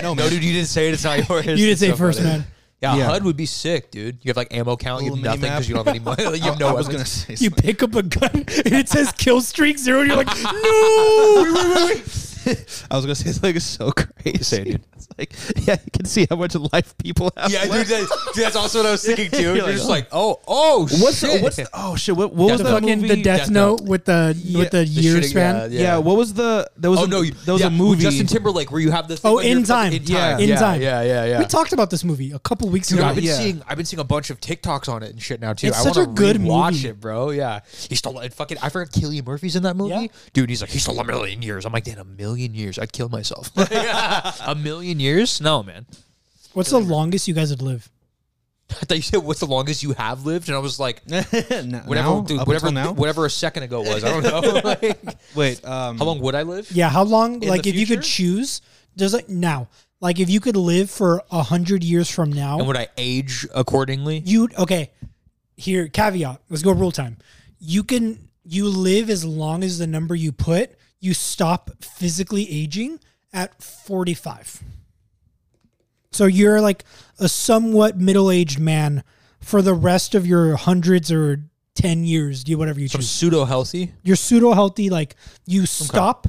Speaker 3: no, no, dude, you didn't say it. It's not yours.
Speaker 4: You didn't
Speaker 3: It's
Speaker 4: say
Speaker 3: so
Speaker 4: first,
Speaker 3: funny.
Speaker 4: man.
Speaker 3: Yeah,
Speaker 2: Yeah.
Speaker 3: HUD would be sick, dude. You have like ammo count. You have
Speaker 2: Little
Speaker 3: nothing
Speaker 2: mini map.
Speaker 3: because you don't have any money. Like, you have no
Speaker 2: I was
Speaker 3: weapons.
Speaker 2: gonna say.
Speaker 4: You pick up a gun and it says kill streak zero. And you're like, no.
Speaker 2: I was gonna say it's like it's so crazy.
Speaker 3: Say it, dude.
Speaker 2: It's like yeah, you can see how much life people have.
Speaker 3: Yeah, dude,
Speaker 2: left.
Speaker 3: that, dude, that's also what I was thinking too. You're,
Speaker 2: like,
Speaker 3: just
Speaker 2: oh.
Speaker 3: like, oh, oh,
Speaker 2: What's
Speaker 3: shit.
Speaker 2: what's oh shit? What, what was
Speaker 4: the
Speaker 2: that
Speaker 3: Death Note.
Speaker 4: fucking
Speaker 2: movie?
Speaker 4: the Death,
Speaker 3: Death
Speaker 4: Note,
Speaker 3: Note.
Speaker 4: with the with the
Speaker 3: The
Speaker 4: year
Speaker 3: shooting,
Speaker 4: span.
Speaker 3: uh,
Speaker 2: Yeah. What was the? There was
Speaker 3: Oh
Speaker 2: a,
Speaker 3: no, you,
Speaker 2: there was
Speaker 3: yeah,
Speaker 2: a
Speaker 3: with
Speaker 2: movie.
Speaker 3: Justin Timberlake, where you have the thing
Speaker 4: Oh,
Speaker 3: where you're
Speaker 4: In
Speaker 3: fucking-
Speaker 4: Time.
Speaker 3: in time,
Speaker 2: Yeah.
Speaker 4: In
Speaker 3: yeah,
Speaker 4: Time.
Speaker 3: yeah, yeah, yeah.
Speaker 4: We talked about this movie a couple weeks
Speaker 3: Dude,
Speaker 4: ago.
Speaker 3: I've been
Speaker 2: Yeah.
Speaker 3: seeing I've been seeing a bunch of TikToks on it and shit now too.
Speaker 4: It's
Speaker 3: I
Speaker 4: such
Speaker 3: wanna
Speaker 4: a good
Speaker 3: rewatch
Speaker 4: movie.
Speaker 3: it, bro. Yeah, he stole it. Fucking, I forgot Killian Murphy's in that movie,
Speaker 4: Yeah.
Speaker 3: dude. He's like, he stole a million years. I'm like, damn, a million years, I'd kill myself. a million years? No, man.
Speaker 4: What's the longest you guys would live?
Speaker 3: I thought you said what's the longest you have lived, and I was like,
Speaker 2: N-
Speaker 3: whatever,
Speaker 2: now?
Speaker 3: dude,
Speaker 2: Up
Speaker 3: whatever,
Speaker 2: until now?
Speaker 3: whatever a second ago was. I don't know. Like,
Speaker 2: Wait, um,
Speaker 3: how long would I live?
Speaker 4: Yeah, how long?
Speaker 3: In
Speaker 4: like,
Speaker 3: the
Speaker 4: if you could
Speaker 3: future?
Speaker 4: choose, does like now, like if you could live for a hundred years from now,
Speaker 3: And would I age accordingly?
Speaker 4: you okay? Here, caveat. Let's go rule time. You can you live as long as the number you put. You stop physically aging at forty five. So you're like a somewhat middle aged man for the rest of your hundreds or ten years. Do whatever you
Speaker 3: I'm
Speaker 4: choose.
Speaker 3: pseudo healthy.
Speaker 4: You're pseudo healthy. Like you stop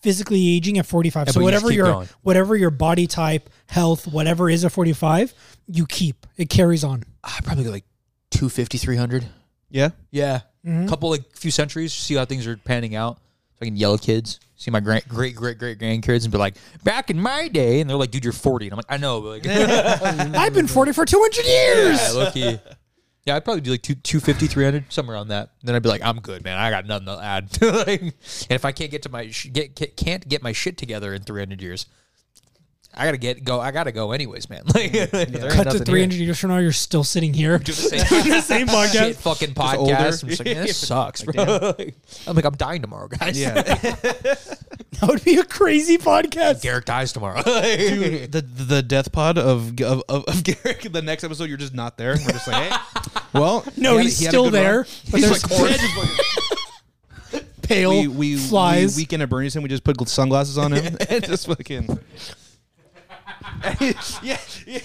Speaker 4: physically aging at 45. so
Speaker 3: but you just
Speaker 4: whatever
Speaker 3: keep
Speaker 4: your
Speaker 3: going.
Speaker 4: whatever your body type, health, whatever is at 45, you keep. It carries on.
Speaker 3: I probably go like 250, 300.
Speaker 2: Yeah.
Speaker 3: Yeah. Couple like few centuries, see how things are panning out. So I can yell at kids, see my grand, great, great, great grandkids and be like, back in my day. And they're like, dude, you're 40. And I'm like, I know, but like, yeah,
Speaker 4: I've been 40 for 200 years.
Speaker 3: lucky. Yeah, I'd probably do like two, 250, 300, somewhere on that. Then I'd be like, I'm good, man. I got nothing to add. Like, and if I can't get to my, sh- get, ca- can't get my shit together in 300 years, I gotta get, go, I gotta go anyways, man. Like, there ain't
Speaker 4: Cut
Speaker 3: nothing
Speaker 4: to
Speaker 3: here.
Speaker 4: 300 years from now, you're still sitting here.
Speaker 3: do the same,
Speaker 4: The same podcast.
Speaker 3: shit fucking
Speaker 2: older.
Speaker 3: podcast. I'm just like, man, this sucks, bro. I'm like, I'm dying tomorrow, guys.
Speaker 2: Yeah.
Speaker 4: That would be a crazy podcast.
Speaker 3: Derek dies tomorrow.
Speaker 2: Dude, the the death pod of of, of of Garrick. The next episode, you're just not there. We're just like, hey. Well,
Speaker 4: No,
Speaker 2: he had a-
Speaker 4: he's
Speaker 2: he had a
Speaker 4: still
Speaker 2: good run.
Speaker 4: there, but
Speaker 2: He's
Speaker 4: there's
Speaker 2: like, "Corey."
Speaker 4: Pale
Speaker 2: we, we
Speaker 4: flies.
Speaker 2: we weekend at Bernie's and we just put sunglasses on him and just fucking. yeah, yeah.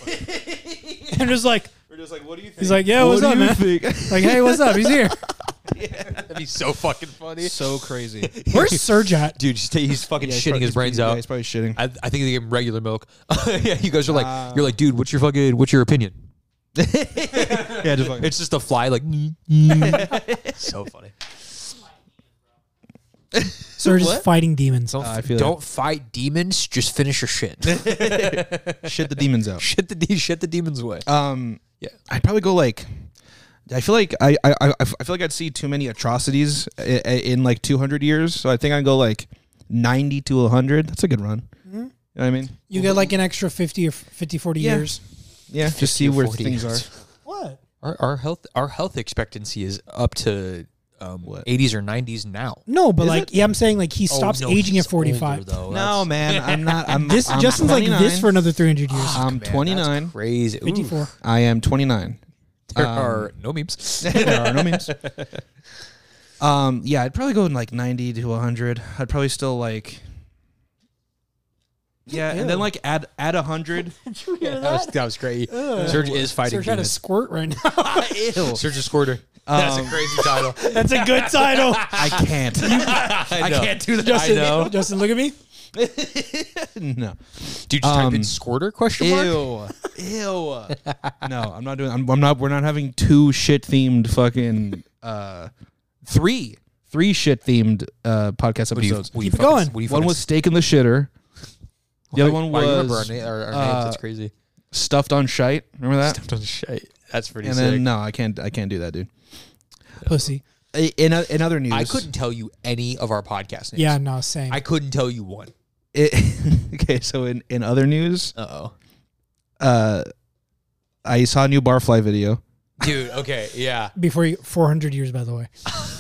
Speaker 4: and just like,
Speaker 2: We're just like, what do you think?
Speaker 4: he's like, yeah, what's
Speaker 2: What
Speaker 4: up,
Speaker 2: do you
Speaker 4: man?
Speaker 2: think?
Speaker 4: Like, hey, what's up? He's here.
Speaker 3: That'd be so fucking funny.
Speaker 2: so crazy.
Speaker 4: Where's Serge at?
Speaker 3: Dude, he's, he's fucking shitting his brains
Speaker 2: yeah,
Speaker 3: out.
Speaker 2: He's probably shitting.
Speaker 3: I, I think they gave him regular milk. yeah, you guys are like,
Speaker 4: Ah.
Speaker 3: you're like, dude, what's your fucking, what's your opinion?
Speaker 2: yeah, just fucking.
Speaker 3: It's just a fly, like, "Mm, mm." so funny.
Speaker 4: Serge is
Speaker 2: What?
Speaker 4: fighting demons.
Speaker 3: Don't,
Speaker 2: I feel
Speaker 3: don't fight demons. Just finish your shit.
Speaker 2: shit the demons out.
Speaker 3: shit the de- shit the demons away.
Speaker 2: Um,
Speaker 3: Yeah.
Speaker 2: I'd probably go like. I feel like I I, I I feel like I'd see too many atrocities in, in like 200 years. So I think I'd go like 90 to 100. That's a good run.
Speaker 4: Hmm?
Speaker 2: You know what I mean?
Speaker 4: You get like an extra 50 or 50, 40
Speaker 2: Yeah.
Speaker 4: years.
Speaker 2: Yeah, just see
Speaker 3: 50 or
Speaker 2: where
Speaker 3: 40
Speaker 2: things are.
Speaker 3: years.
Speaker 4: What?
Speaker 3: Our, our health our health expectancy is up to um,
Speaker 2: What?
Speaker 3: 80s or 90s now.
Speaker 4: No, but like, yeah, I'm saying like he
Speaker 3: Oh,
Speaker 4: stops
Speaker 3: no,
Speaker 4: aging
Speaker 3: he's
Speaker 4: at 45.
Speaker 3: older, though.
Speaker 2: No,
Speaker 3: That's-
Speaker 2: man, I'm not. I'm
Speaker 4: This
Speaker 2: I'm
Speaker 4: Justin's like this
Speaker 2: 29.
Speaker 4: for another 300 years.
Speaker 2: I'm
Speaker 3: man, that's
Speaker 2: 29.
Speaker 3: crazy. Ooh,
Speaker 4: 54.
Speaker 2: I am 29.
Speaker 3: there are no memes.
Speaker 2: there are no means. Um, yeah, I'd probably go in like 90 to 100. I'd probably still like. Yeah, and then like add add 100.
Speaker 3: that, was, that was great. Serge is fighting
Speaker 4: Serge had a
Speaker 3: demons.
Speaker 4: squirt right now.
Speaker 3: Serge is quarter. That's a
Speaker 2: Um,
Speaker 3: crazy title.
Speaker 4: That's a good title.
Speaker 2: I can't. I,
Speaker 3: know.
Speaker 2: can't do that.
Speaker 4: Justin,
Speaker 3: I know.
Speaker 4: Justin, look at me.
Speaker 2: No.
Speaker 3: Dude, just type in
Speaker 2: Um,
Speaker 3: squirter question mark.
Speaker 2: Ew. Ew. No, I'm not doing. I'm, I'm not. We're not having two shit themed fucking. Uh, three three shit themed uh podcast
Speaker 3: What do you-
Speaker 2: episodes.
Speaker 3: what do you
Speaker 4: Keep it
Speaker 3: fucking-
Speaker 4: going.
Speaker 3: what do you
Speaker 2: One
Speaker 3: fucking-
Speaker 2: was steak in the shitter. The other one
Speaker 3: Wow, you remember
Speaker 2: was
Speaker 3: our, na- our, our
Speaker 2: uh,
Speaker 3: names. That's crazy.
Speaker 2: stuffed on shite. Remember that?
Speaker 3: That's pretty
Speaker 2: and
Speaker 3: sick.
Speaker 2: then no, I can't. I can't do that, dude.
Speaker 4: Pussy.
Speaker 2: I- In o- in other news,
Speaker 3: I couldn't tell you any of our podcast names.
Speaker 4: Yeah, no, same.
Speaker 3: I couldn't tell you one.
Speaker 2: it- okay, so in in other news,
Speaker 3: Uh oh.
Speaker 2: uh, I saw a new barfly video.
Speaker 3: Dude, okay, yeah.
Speaker 4: Before you, 400 years, by the way.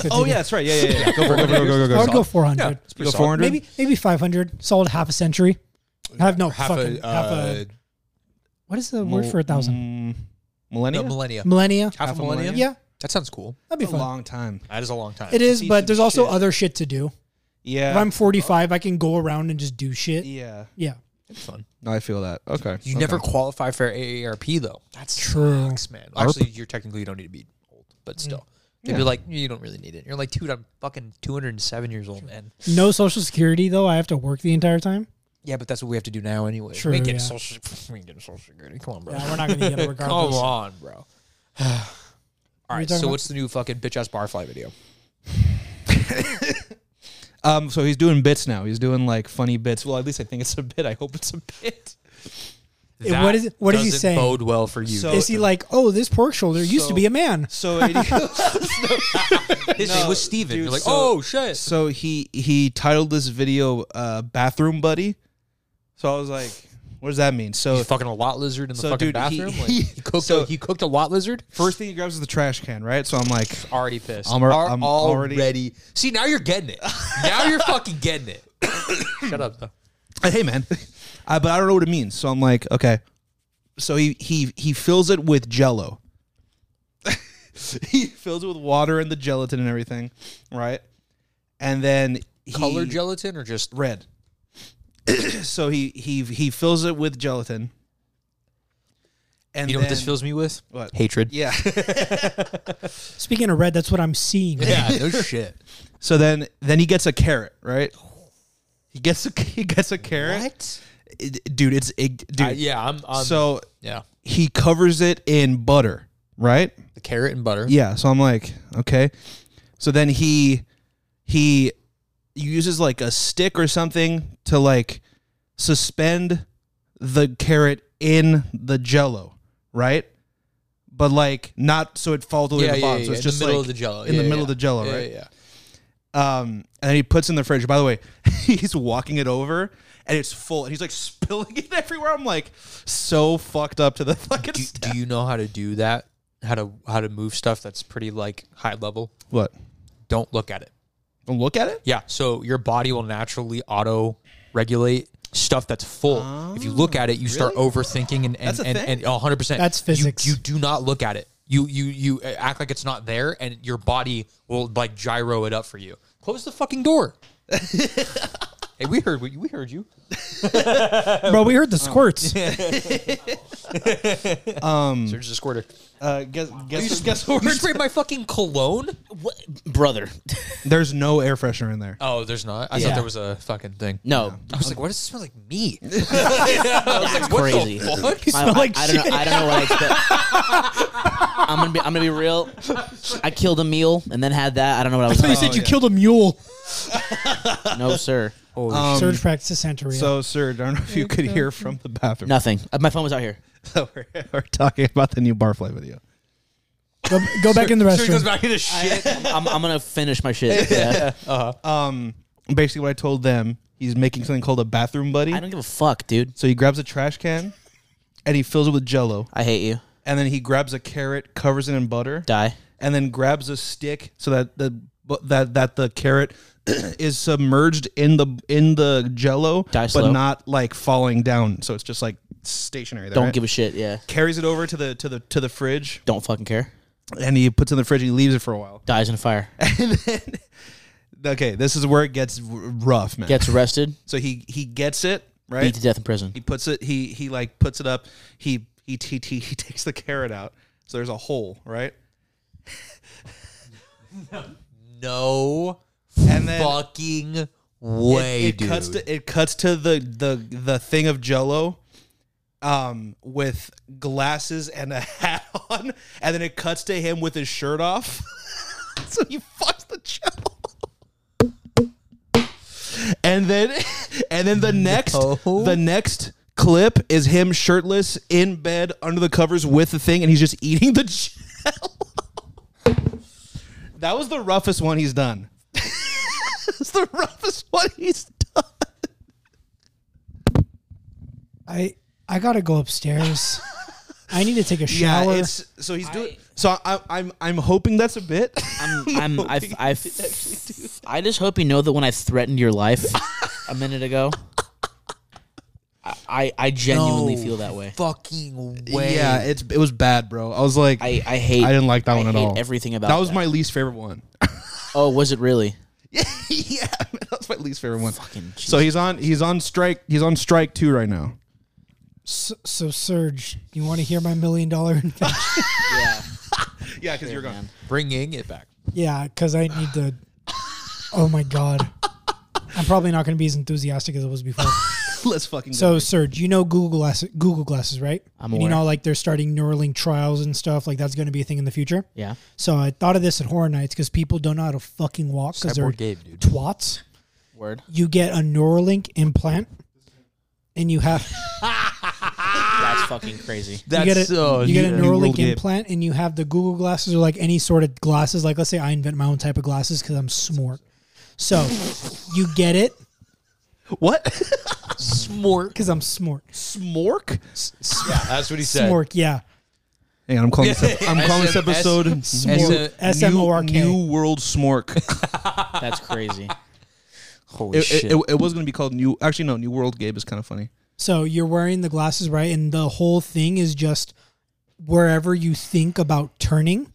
Speaker 2: Oh yeah, that's right. Yeah, yeah, yeah. Go for it. Go for it. Go go
Speaker 4: I
Speaker 2: go
Speaker 4: would
Speaker 2: go.
Speaker 4: go 400.
Speaker 3: It's pretty
Speaker 2: Go
Speaker 3: solid.
Speaker 2: 400?
Speaker 4: Maybe maybe 500. Solid half a century. Have no
Speaker 3: Half
Speaker 4: fucking
Speaker 3: a,
Speaker 4: half
Speaker 3: uh,
Speaker 4: a. What is the word for a thousand?
Speaker 2: Mm,
Speaker 3: no,
Speaker 2: millennia.
Speaker 3: millennia.
Speaker 4: Millennia.
Speaker 3: Half,
Speaker 2: half
Speaker 3: a
Speaker 2: a
Speaker 3: millennia?
Speaker 4: Yeah,
Speaker 3: That sounds cool.
Speaker 4: that'd be
Speaker 2: That's a
Speaker 4: fun.
Speaker 2: long time.
Speaker 3: That is a long time.
Speaker 4: it is,
Speaker 2: piece
Speaker 4: but
Speaker 2: of
Speaker 4: there's also
Speaker 2: shit.
Speaker 4: other shit to do.
Speaker 2: Yeah.
Speaker 4: If I'm 45, I can go around and just do shit.
Speaker 2: yeah.
Speaker 4: Yeah,
Speaker 3: It's fun.
Speaker 2: No, I feel that. Okay.
Speaker 3: You
Speaker 2: okay.
Speaker 3: never qualify for AARP though. That's
Speaker 4: True. Mm.
Speaker 3: sucks, man. Actually, you're technically you don't need to be old, but still, they'd be
Speaker 2: Yeah.
Speaker 3: like, you don't really need it. You're like, dude, I'm fucking 207 years old, man.
Speaker 4: no social security though. I have to work the entire time.
Speaker 3: Yeah, but that's what we have to do now anyway.
Speaker 4: True,
Speaker 3: we ain't
Speaker 4: yeah.
Speaker 3: getting social. We ain't getting social security. Come on, bro.
Speaker 4: Yeah, we're not gonna get it regardless.
Speaker 3: Come on, bro. All right. So
Speaker 4: talking about?
Speaker 3: what's the new fucking bitch ass barfly video?
Speaker 2: Um. So he's doing bits now. He's doing like funny bits. Well, at least I think it's a bit. I hope it's a bit.
Speaker 4: Yeah, what is-
Speaker 3: That
Speaker 4: what is he
Speaker 3: doesn't
Speaker 4: saying?
Speaker 3: Bode well for you.
Speaker 2: So-
Speaker 4: Is he like, oh, this pork shoulder used to
Speaker 2: So-
Speaker 4: be a man?
Speaker 2: So it,
Speaker 3: His name was Steven.
Speaker 2: dude,
Speaker 3: You're like,
Speaker 2: so-
Speaker 3: oh shit.
Speaker 2: so he he titled this video uh, "Bathroom Buddy." So I was like, "What does that mean?" So
Speaker 3: He's fucking a lot lizard in the
Speaker 2: So,
Speaker 3: fucking
Speaker 2: dude, he-
Speaker 3: bathroom. like,
Speaker 2: he-
Speaker 3: he cooked.
Speaker 2: so-
Speaker 3: a, he cooked a lot lizard.
Speaker 2: first thing he grabs is the trash can, right? So I'm like,
Speaker 3: already pissed.
Speaker 2: I'm al- I'm already-
Speaker 3: See, now you're getting it. Now you're fucking getting it. Shut up. Though.
Speaker 2: "Hey, man," I, but I don't know what it means. So I'm like, "Okay." So he he he fills it with Jello. he fills it with water and the gelatin and everything, right? And then he,
Speaker 3: Color gelatin or just
Speaker 2: red. so he he he fills it with gelatin. And
Speaker 3: you know what this
Speaker 2: then-
Speaker 3: fills me with?
Speaker 2: What?
Speaker 3: Hatred.
Speaker 2: Yeah.
Speaker 4: Speaking of red, that's what I'm seeing.
Speaker 3: Yeah, no Ah, shit.
Speaker 2: So then then he gets a carrot, right? He gets a he gets a carrot.
Speaker 3: What?
Speaker 2: It- dude, it's it, dude.
Speaker 3: Uh, yeah, I'm. I'm
Speaker 2: so
Speaker 3: yeah,
Speaker 2: he covers it in butter, right?
Speaker 3: the carrot and butter.
Speaker 2: Yeah. So I'm like, okay. So then he he uses like a stick or something to like suspend the carrot in the jello, right? But like not so it falls all the way
Speaker 3: yeah,
Speaker 2: to the
Speaker 3: yeah,
Speaker 2: bottom.
Speaker 3: yeah,
Speaker 2: so it's
Speaker 3: in
Speaker 2: just
Speaker 3: the middle
Speaker 2: like
Speaker 3: of the jello.
Speaker 2: in
Speaker 3: Yeah,
Speaker 2: the
Speaker 3: yeah,
Speaker 2: middle of the jello,
Speaker 3: yeah,
Speaker 2: right?
Speaker 3: Yeah, yeah.
Speaker 2: Um, and then he puts it in the fridge. By the way, he's walking it over and it's full and he's like spilling it everywhere. I'm like so fucked up to the fucking
Speaker 3: Do,
Speaker 2: sta-
Speaker 3: do you know how to do that? How to how to move stuff that's pretty like high level?
Speaker 2: What?
Speaker 3: Don't look at it.
Speaker 2: Don't look at it?
Speaker 3: Yeah, so your body will naturally auto regulate stuff that's full. if you look at it, you start overthinking and and,
Speaker 2: That's a
Speaker 3: and,
Speaker 2: thing?
Speaker 3: and 100%.
Speaker 4: That's
Speaker 3: You-
Speaker 4: physics.
Speaker 3: You, do not look at it. You you you act like it's not there and your body will like gyro it up for you. Close the fucking door. hey, we heard we, we heard you.
Speaker 4: Bro, we heard the squirts.
Speaker 3: So Mm. there's a squirter.
Speaker 2: Uh, guess guess guess what?
Speaker 3: You
Speaker 2: we're-
Speaker 3: sprayed my fucking cologne?
Speaker 1: What, brother?
Speaker 2: There's no air freshener in there.
Speaker 3: Oh, there's not. I
Speaker 1: Yeah.
Speaker 3: thought there was a fucking thing.
Speaker 1: No,
Speaker 3: I was like, why does it smell like me?
Speaker 1: that's
Speaker 3: What the
Speaker 1: crazy.
Speaker 3: fuck?
Speaker 1: I, I- I don't know. I don't know what I expect. I'm gonna be. I'm gonna be real. I killed a meal and then had that. I don't know what I was.
Speaker 4: So you
Speaker 2: Oh,
Speaker 4: said you killed a mule.
Speaker 1: No, sir. um,
Speaker 4: Surge practice Santeria.
Speaker 2: So, sir, I don't know if you could hear from the bathroom.
Speaker 1: Nothing. Uh, My phone was out here.
Speaker 2: So we're, we're talking about the new barfly video.
Speaker 4: go, go back in the
Speaker 3: So he goes
Speaker 4: restroom.
Speaker 3: back into shit.
Speaker 1: I'm, I'm gonna finish my shit. Yeah.
Speaker 2: Um, basically, what I told them, he's making something called a bathroom buddy.
Speaker 1: I don't give a fuck, dude.
Speaker 2: So he grabs a trash can, and he fills it with Jello,
Speaker 1: I hate you.
Speaker 2: and then he grabs a carrot, covers it in butter,
Speaker 1: Die.
Speaker 2: and then grabs a stick so that the but that that the carrot is submerged in the in the Jello,
Speaker 1: Die
Speaker 2: but
Speaker 1: slow.
Speaker 2: not like falling down. So it's just like stationary. There,
Speaker 1: Don't
Speaker 2: right?
Speaker 1: give a shit. Yeah.
Speaker 2: Carries it over to the to the to the fridge.
Speaker 1: Don't fucking care.
Speaker 2: and he puts it in the fridge and he leaves it for a while.
Speaker 1: Dies in a fire.
Speaker 2: And then, okay, this is where it gets r- rough, man.
Speaker 1: Gets arrested.
Speaker 2: so he he gets it
Speaker 1: Beat
Speaker 2: right.
Speaker 1: to death in prison.
Speaker 2: He puts it. He he like puts it up. He he he, he, he takes the carrot out. So there's a hole, right?
Speaker 3: No
Speaker 2: And then
Speaker 3: fucking way,
Speaker 2: it, it
Speaker 3: dude.
Speaker 2: cuts to it cuts to the the the thing of Jello, um, with glasses and a hat on, and then it cuts to him with his shirt off. so he fucks the Jello. And then, and then the next
Speaker 3: No.
Speaker 2: the next clip is him shirtless in bed under the covers with the thing, and he's just eating the Jello. that was the roughest one he's done. It's the roughest one he's done.
Speaker 4: I I gotta go upstairs. I need to take a
Speaker 2: Yeah,
Speaker 4: shower.
Speaker 2: it's so he's doing. So I, I'm I'm hoping that's a bit.
Speaker 1: I'm, I'm,
Speaker 2: Oh
Speaker 1: I, I, I just hope you know that when I threatened your life a minute ago, I, I, I genuinely feel that way.
Speaker 3: Fucking way.
Speaker 2: Yeah, it's it was bad, bro. I was like,
Speaker 1: I, I hate.
Speaker 2: I didn't like that
Speaker 1: I
Speaker 2: one at
Speaker 1: hate
Speaker 2: all.
Speaker 1: Everything about
Speaker 2: that was my least favorite one.
Speaker 1: Oh, was it really?
Speaker 2: yeah, yeah, that was my least favorite one.
Speaker 1: Fucking
Speaker 2: So he's on he's on strike he's on strike two right now.
Speaker 4: so, so Surge, you want to hear my million dollar invention?
Speaker 1: yeah,
Speaker 2: Yeah, because you're
Speaker 1: man.
Speaker 3: Bringing it back.
Speaker 4: yeah, because I need to. Oh my god, I'm probably not gonna be as enthusiastic as I was before.
Speaker 2: Let's fucking
Speaker 4: So
Speaker 2: go.
Speaker 4: Surge, you know Google glasses, Google glasses, right?
Speaker 1: I'm
Speaker 4: and you
Speaker 1: aware.
Speaker 4: know, like they're starting Neuralink trials and stuff. Like that's gonna be a thing in the future.
Speaker 1: yeah.
Speaker 4: So I thought of this at Horror Nights because people don't know how to fucking walk because they're
Speaker 3: Cyborg Gabe, dude.
Speaker 4: twats.
Speaker 1: Word.
Speaker 4: You get a Neuralink implant, and you have.
Speaker 1: That's fucking crazy.
Speaker 3: That's
Speaker 4: you get a,
Speaker 3: so.
Speaker 4: you get a
Speaker 2: yeah. Neuralink
Speaker 4: Neuralink
Speaker 2: app.
Speaker 4: implant and you have the Google glasses or like any sort of glasses. Like let's say I invent my own type of glasses because I'm smart. So you get it
Speaker 2: what?
Speaker 3: smork.
Speaker 4: because I'm smart.
Speaker 2: Smork?
Speaker 3: Yeah, that's what he said.
Speaker 4: Smart, yeah.
Speaker 2: Hang on, I'm calling this ep- I'm calling this
Speaker 3: SM
Speaker 2: episode
Speaker 3: Smork.
Speaker 2: New-
Speaker 4: S M O R K.
Speaker 2: New World Smork.
Speaker 1: That's crazy.
Speaker 3: Holy
Speaker 2: it,
Speaker 3: shit.
Speaker 2: it, it, it was gonna be called New actually no, New World Gabe is kind of funny.
Speaker 4: So you're wearing the glasses, right? And the whole thing is just wherever you think about turning,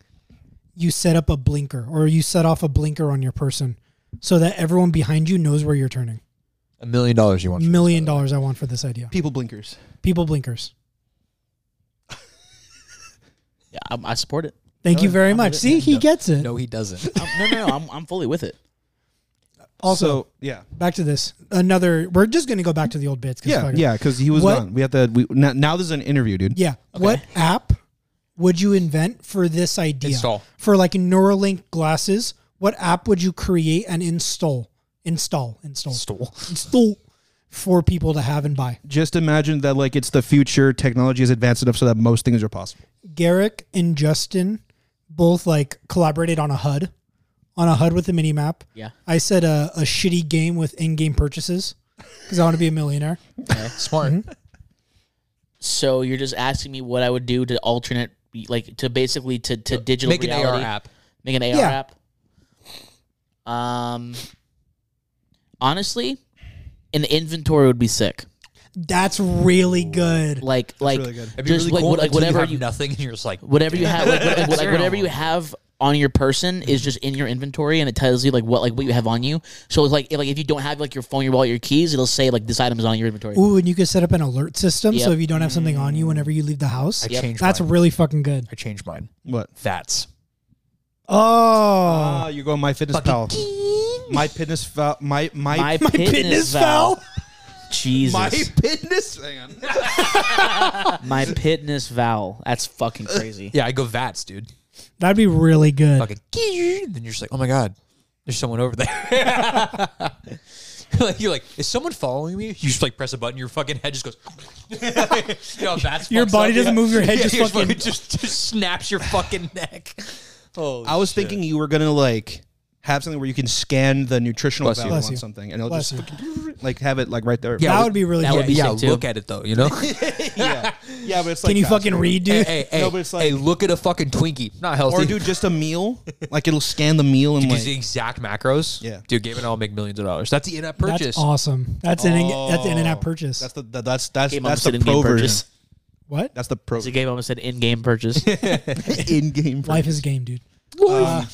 Speaker 4: you set up a blinker or you set off a blinker on your person so that everyone behind you knows where you're turning.
Speaker 3: a million dollars you want. for
Speaker 4: Million dollars I want for this idea.
Speaker 2: People blinkers.
Speaker 4: People blinkers.
Speaker 1: Yeah, I, I support it.
Speaker 4: Thank you very
Speaker 1: I'm with
Speaker 4: much.
Speaker 1: it.
Speaker 4: See, he gets
Speaker 3: this.
Speaker 4: it.
Speaker 3: No, he doesn't.
Speaker 1: I'm, no, no, no. I'm, I'm fully with it.
Speaker 4: Also,
Speaker 2: so yeah,
Speaker 4: back to this. Another. We're just gonna go back to the old bits. 'cause
Speaker 2: yeah,
Speaker 4: fuck it.
Speaker 2: yeah. Because he was
Speaker 4: What-
Speaker 2: gone. We have to. We now, now this is an interview, dude.
Speaker 4: Yeah. What app would you invent for this idea?
Speaker 3: Install.
Speaker 4: For like Neuralink glasses, what app would you create and install? Install, install,
Speaker 3: Stool.
Speaker 4: install for people to have and buy.
Speaker 2: Just imagine that like it's the future. Technology is advanced enough so that most things are possible.
Speaker 4: Garrick and Justin both like collaborated on a HUD, on a HUD with a mini map.
Speaker 1: Yeah.
Speaker 4: I said a, a shitty game with in game purchases because I want to be a millionaire.
Speaker 3: Smart.
Speaker 1: Mm-hmm. So you're just asking me what I would do to alternate, like to basically to to digital
Speaker 3: Make an
Speaker 1: reality.
Speaker 3: AR app.
Speaker 1: Make an AR
Speaker 4: Yeah.
Speaker 1: app. Um, honestly, an inventory would be sick.
Speaker 4: That's really good.
Speaker 1: Like like
Speaker 2: really good.
Speaker 3: It'd be
Speaker 1: just
Speaker 3: really
Speaker 1: like,
Speaker 3: cool
Speaker 1: what- like
Speaker 3: until
Speaker 1: whatever
Speaker 3: you have
Speaker 1: you,
Speaker 3: nothing, and you're just like,
Speaker 1: whatever you have like, what- like, like, whatever you have on your person
Speaker 3: Mm-hmm.
Speaker 1: is just in your inventory and it tells you like what like what you have on you. So it's like if, like if you don't have like your phone, your wallet, your keys, it'll say like this item is on your inventory.
Speaker 4: Ooh, and you could set up an alert system so
Speaker 1: Yep.
Speaker 4: if you don't have something on you whenever you leave the house,
Speaker 3: Mm. I changed.
Speaker 4: that's
Speaker 3: mine.
Speaker 4: really fucking good.
Speaker 3: I changed mine.
Speaker 2: What?
Speaker 3: That's
Speaker 4: Oh,
Speaker 2: Ah, you go my fitness pal. My fitness pal. My my
Speaker 1: My,
Speaker 4: my
Speaker 1: fitness,
Speaker 4: fitness
Speaker 1: Val.
Speaker 4: fell.
Speaker 1: Jesus.
Speaker 2: my fitness. Hang on.
Speaker 1: My pitness vowel. That's fucking crazy.
Speaker 3: yeah. I go Vats, dude.
Speaker 4: That'd be really good.
Speaker 3: Fucking. Then you're just like, oh my god, there's someone over there. like you're like, is someone following me? You just like press a button. Your fucking head just goes. You know, Vats
Speaker 4: Your
Speaker 3: fucks
Speaker 4: body
Speaker 3: up,
Speaker 4: doesn't move, your head just
Speaker 3: your
Speaker 4: fucking-
Speaker 3: fucking just, just snaps your fucking neck. Oh,
Speaker 2: I was thinking you were gonna like have something where you can scan the nutritional
Speaker 3: Bless you.
Speaker 2: value
Speaker 4: Bless
Speaker 2: on
Speaker 4: you.
Speaker 2: something, and it'll
Speaker 4: Bless
Speaker 2: just like have it like right there.
Speaker 4: that would be really
Speaker 1: that
Speaker 4: good.
Speaker 1: would be
Speaker 3: yeah,
Speaker 1: sick too.
Speaker 3: look at it though. You know.
Speaker 2: yeah, yeah, but it's like
Speaker 4: Can you
Speaker 2: faster.
Speaker 4: fucking read,
Speaker 3: hey,
Speaker 4: dude?
Speaker 3: hey, hey,
Speaker 2: No, but it's
Speaker 3: hey,
Speaker 2: like-
Speaker 3: look at a fucking Twinkie. Not healthy.
Speaker 2: or do just a meal, like it'll scan the meal and
Speaker 3: Use the
Speaker 2: like
Speaker 3: exact macros.
Speaker 2: Yeah.
Speaker 3: Dude, Gabe and I will make millions of dollars. That's the in-app
Speaker 4: That's
Speaker 3: purchase.
Speaker 4: awesome. That's an in, that's an in-app
Speaker 2: Oh,
Speaker 4: purchase.
Speaker 2: That's the that- that's that's
Speaker 1: Game almost
Speaker 2: that's the
Speaker 1: said
Speaker 2: pro
Speaker 1: in-game
Speaker 2: version.
Speaker 1: purchase.
Speaker 4: what?
Speaker 2: That's the pro
Speaker 1: The game almost said in-game purchase.
Speaker 2: in-game. version.
Speaker 4: Life is a game, dude.
Speaker 2: Now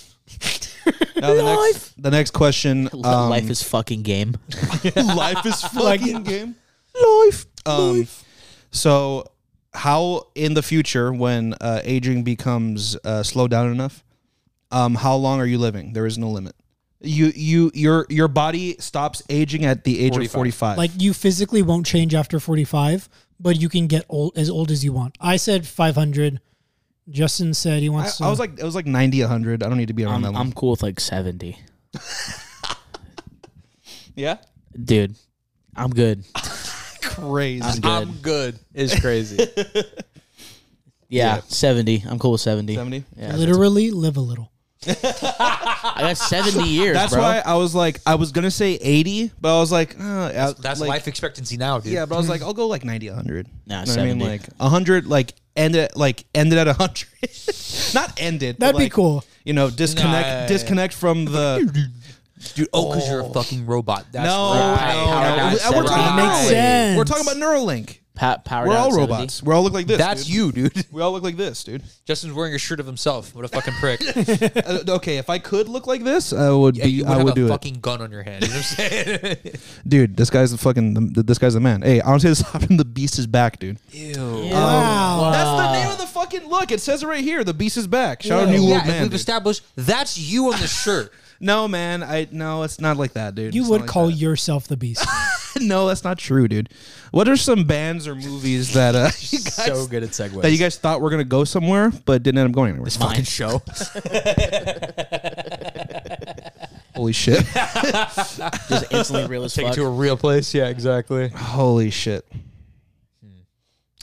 Speaker 2: the next the next question. um,
Speaker 1: Life is fucking game.
Speaker 2: life is fucking game. Life. Um, So, how in the future, when uh, aging becomes uh, slowed down enough, um, how long are you living? There is no limit. You you your your body stops aging at the age
Speaker 3: 45.
Speaker 2: of forty five.
Speaker 4: Like you physically won't change after 45, but you can get old as old as you want. I said 500. Justin said he
Speaker 2: I,
Speaker 4: wants to
Speaker 2: I was like I was like 90, 100. I don't need to be around
Speaker 1: I'm,
Speaker 2: that long.
Speaker 1: I'm cool with like 70.
Speaker 2: yeah,
Speaker 1: Dude, I'm good.
Speaker 2: crazy.
Speaker 1: I'm good.
Speaker 3: I'm good. Is crazy.
Speaker 1: yeah, 70. I'm cool with 70.
Speaker 2: 70?
Speaker 1: Yeah.
Speaker 4: literally live a little.
Speaker 1: I got 70 years,
Speaker 2: That's
Speaker 1: bro.
Speaker 2: why I was like I was gonna say eighty, but I was like uh, that's,
Speaker 3: That's
Speaker 2: like,
Speaker 3: life expectancy now, dude.
Speaker 2: Yeah, but I was like I'll go like 90, 100.
Speaker 1: Nah,
Speaker 2: You know what I mean
Speaker 1: 70.
Speaker 2: like hundred like ended like ended at hundred, not ended. but,
Speaker 4: That'd be
Speaker 2: like,
Speaker 4: cool.
Speaker 2: you know, disconnect
Speaker 3: Nah.
Speaker 2: disconnect from the
Speaker 3: dude. Oh, because you're a fucking robot. That's
Speaker 2: no,
Speaker 3: right.
Speaker 2: no,
Speaker 1: Power
Speaker 2: no.
Speaker 1: down
Speaker 2: We're-
Speaker 1: seventy.
Speaker 2: We're talking about We're
Speaker 4: That makes sense.
Speaker 2: talking about Neuralink.
Speaker 1: Pa- power
Speaker 2: We're
Speaker 1: down
Speaker 2: all
Speaker 1: at 70.
Speaker 2: robots. We all look like this.
Speaker 3: That's
Speaker 2: dude.
Speaker 3: you, dude.
Speaker 2: We all look like this, dude.
Speaker 3: Justin's wearing a shirt of himself. What a fucking prick.
Speaker 2: Uh, okay, if I could look like this, I would
Speaker 3: Yeah,
Speaker 2: be.
Speaker 3: you would
Speaker 2: I
Speaker 3: have
Speaker 2: would
Speaker 3: a
Speaker 2: do
Speaker 3: fucking gun on your hand. You know what I'm saying?
Speaker 2: it, dude. This guy's the fucking. The, this guy's the man. Hey, honestly, this happened. The beast is back, dude.
Speaker 3: Ew.
Speaker 2: Oh,
Speaker 4: wow.
Speaker 2: That's the name of the fucking look. It says it right here. The beast is back. Shout out
Speaker 4: Yeah.
Speaker 2: new
Speaker 3: yeah,
Speaker 2: world
Speaker 3: and
Speaker 2: man.
Speaker 3: we've
Speaker 2: dude.
Speaker 3: established that's you on the shirt.
Speaker 2: no, man. I no. It's not like that, dude.
Speaker 4: You
Speaker 2: It's
Speaker 4: would
Speaker 2: not like
Speaker 4: call
Speaker 2: that.
Speaker 4: yourself the beast.
Speaker 2: no, that's not true, dude. What are some bands or movies that uh, you guys
Speaker 3: so good at segues.
Speaker 2: that you guys thought were gonna go somewhere but didn't end up going anywhere?
Speaker 3: fucking show.
Speaker 2: Holy shit!
Speaker 1: Just instantly real as
Speaker 3: Take it
Speaker 1: fuck.
Speaker 3: to a real place. Yeah, exactly.
Speaker 2: Holy shit!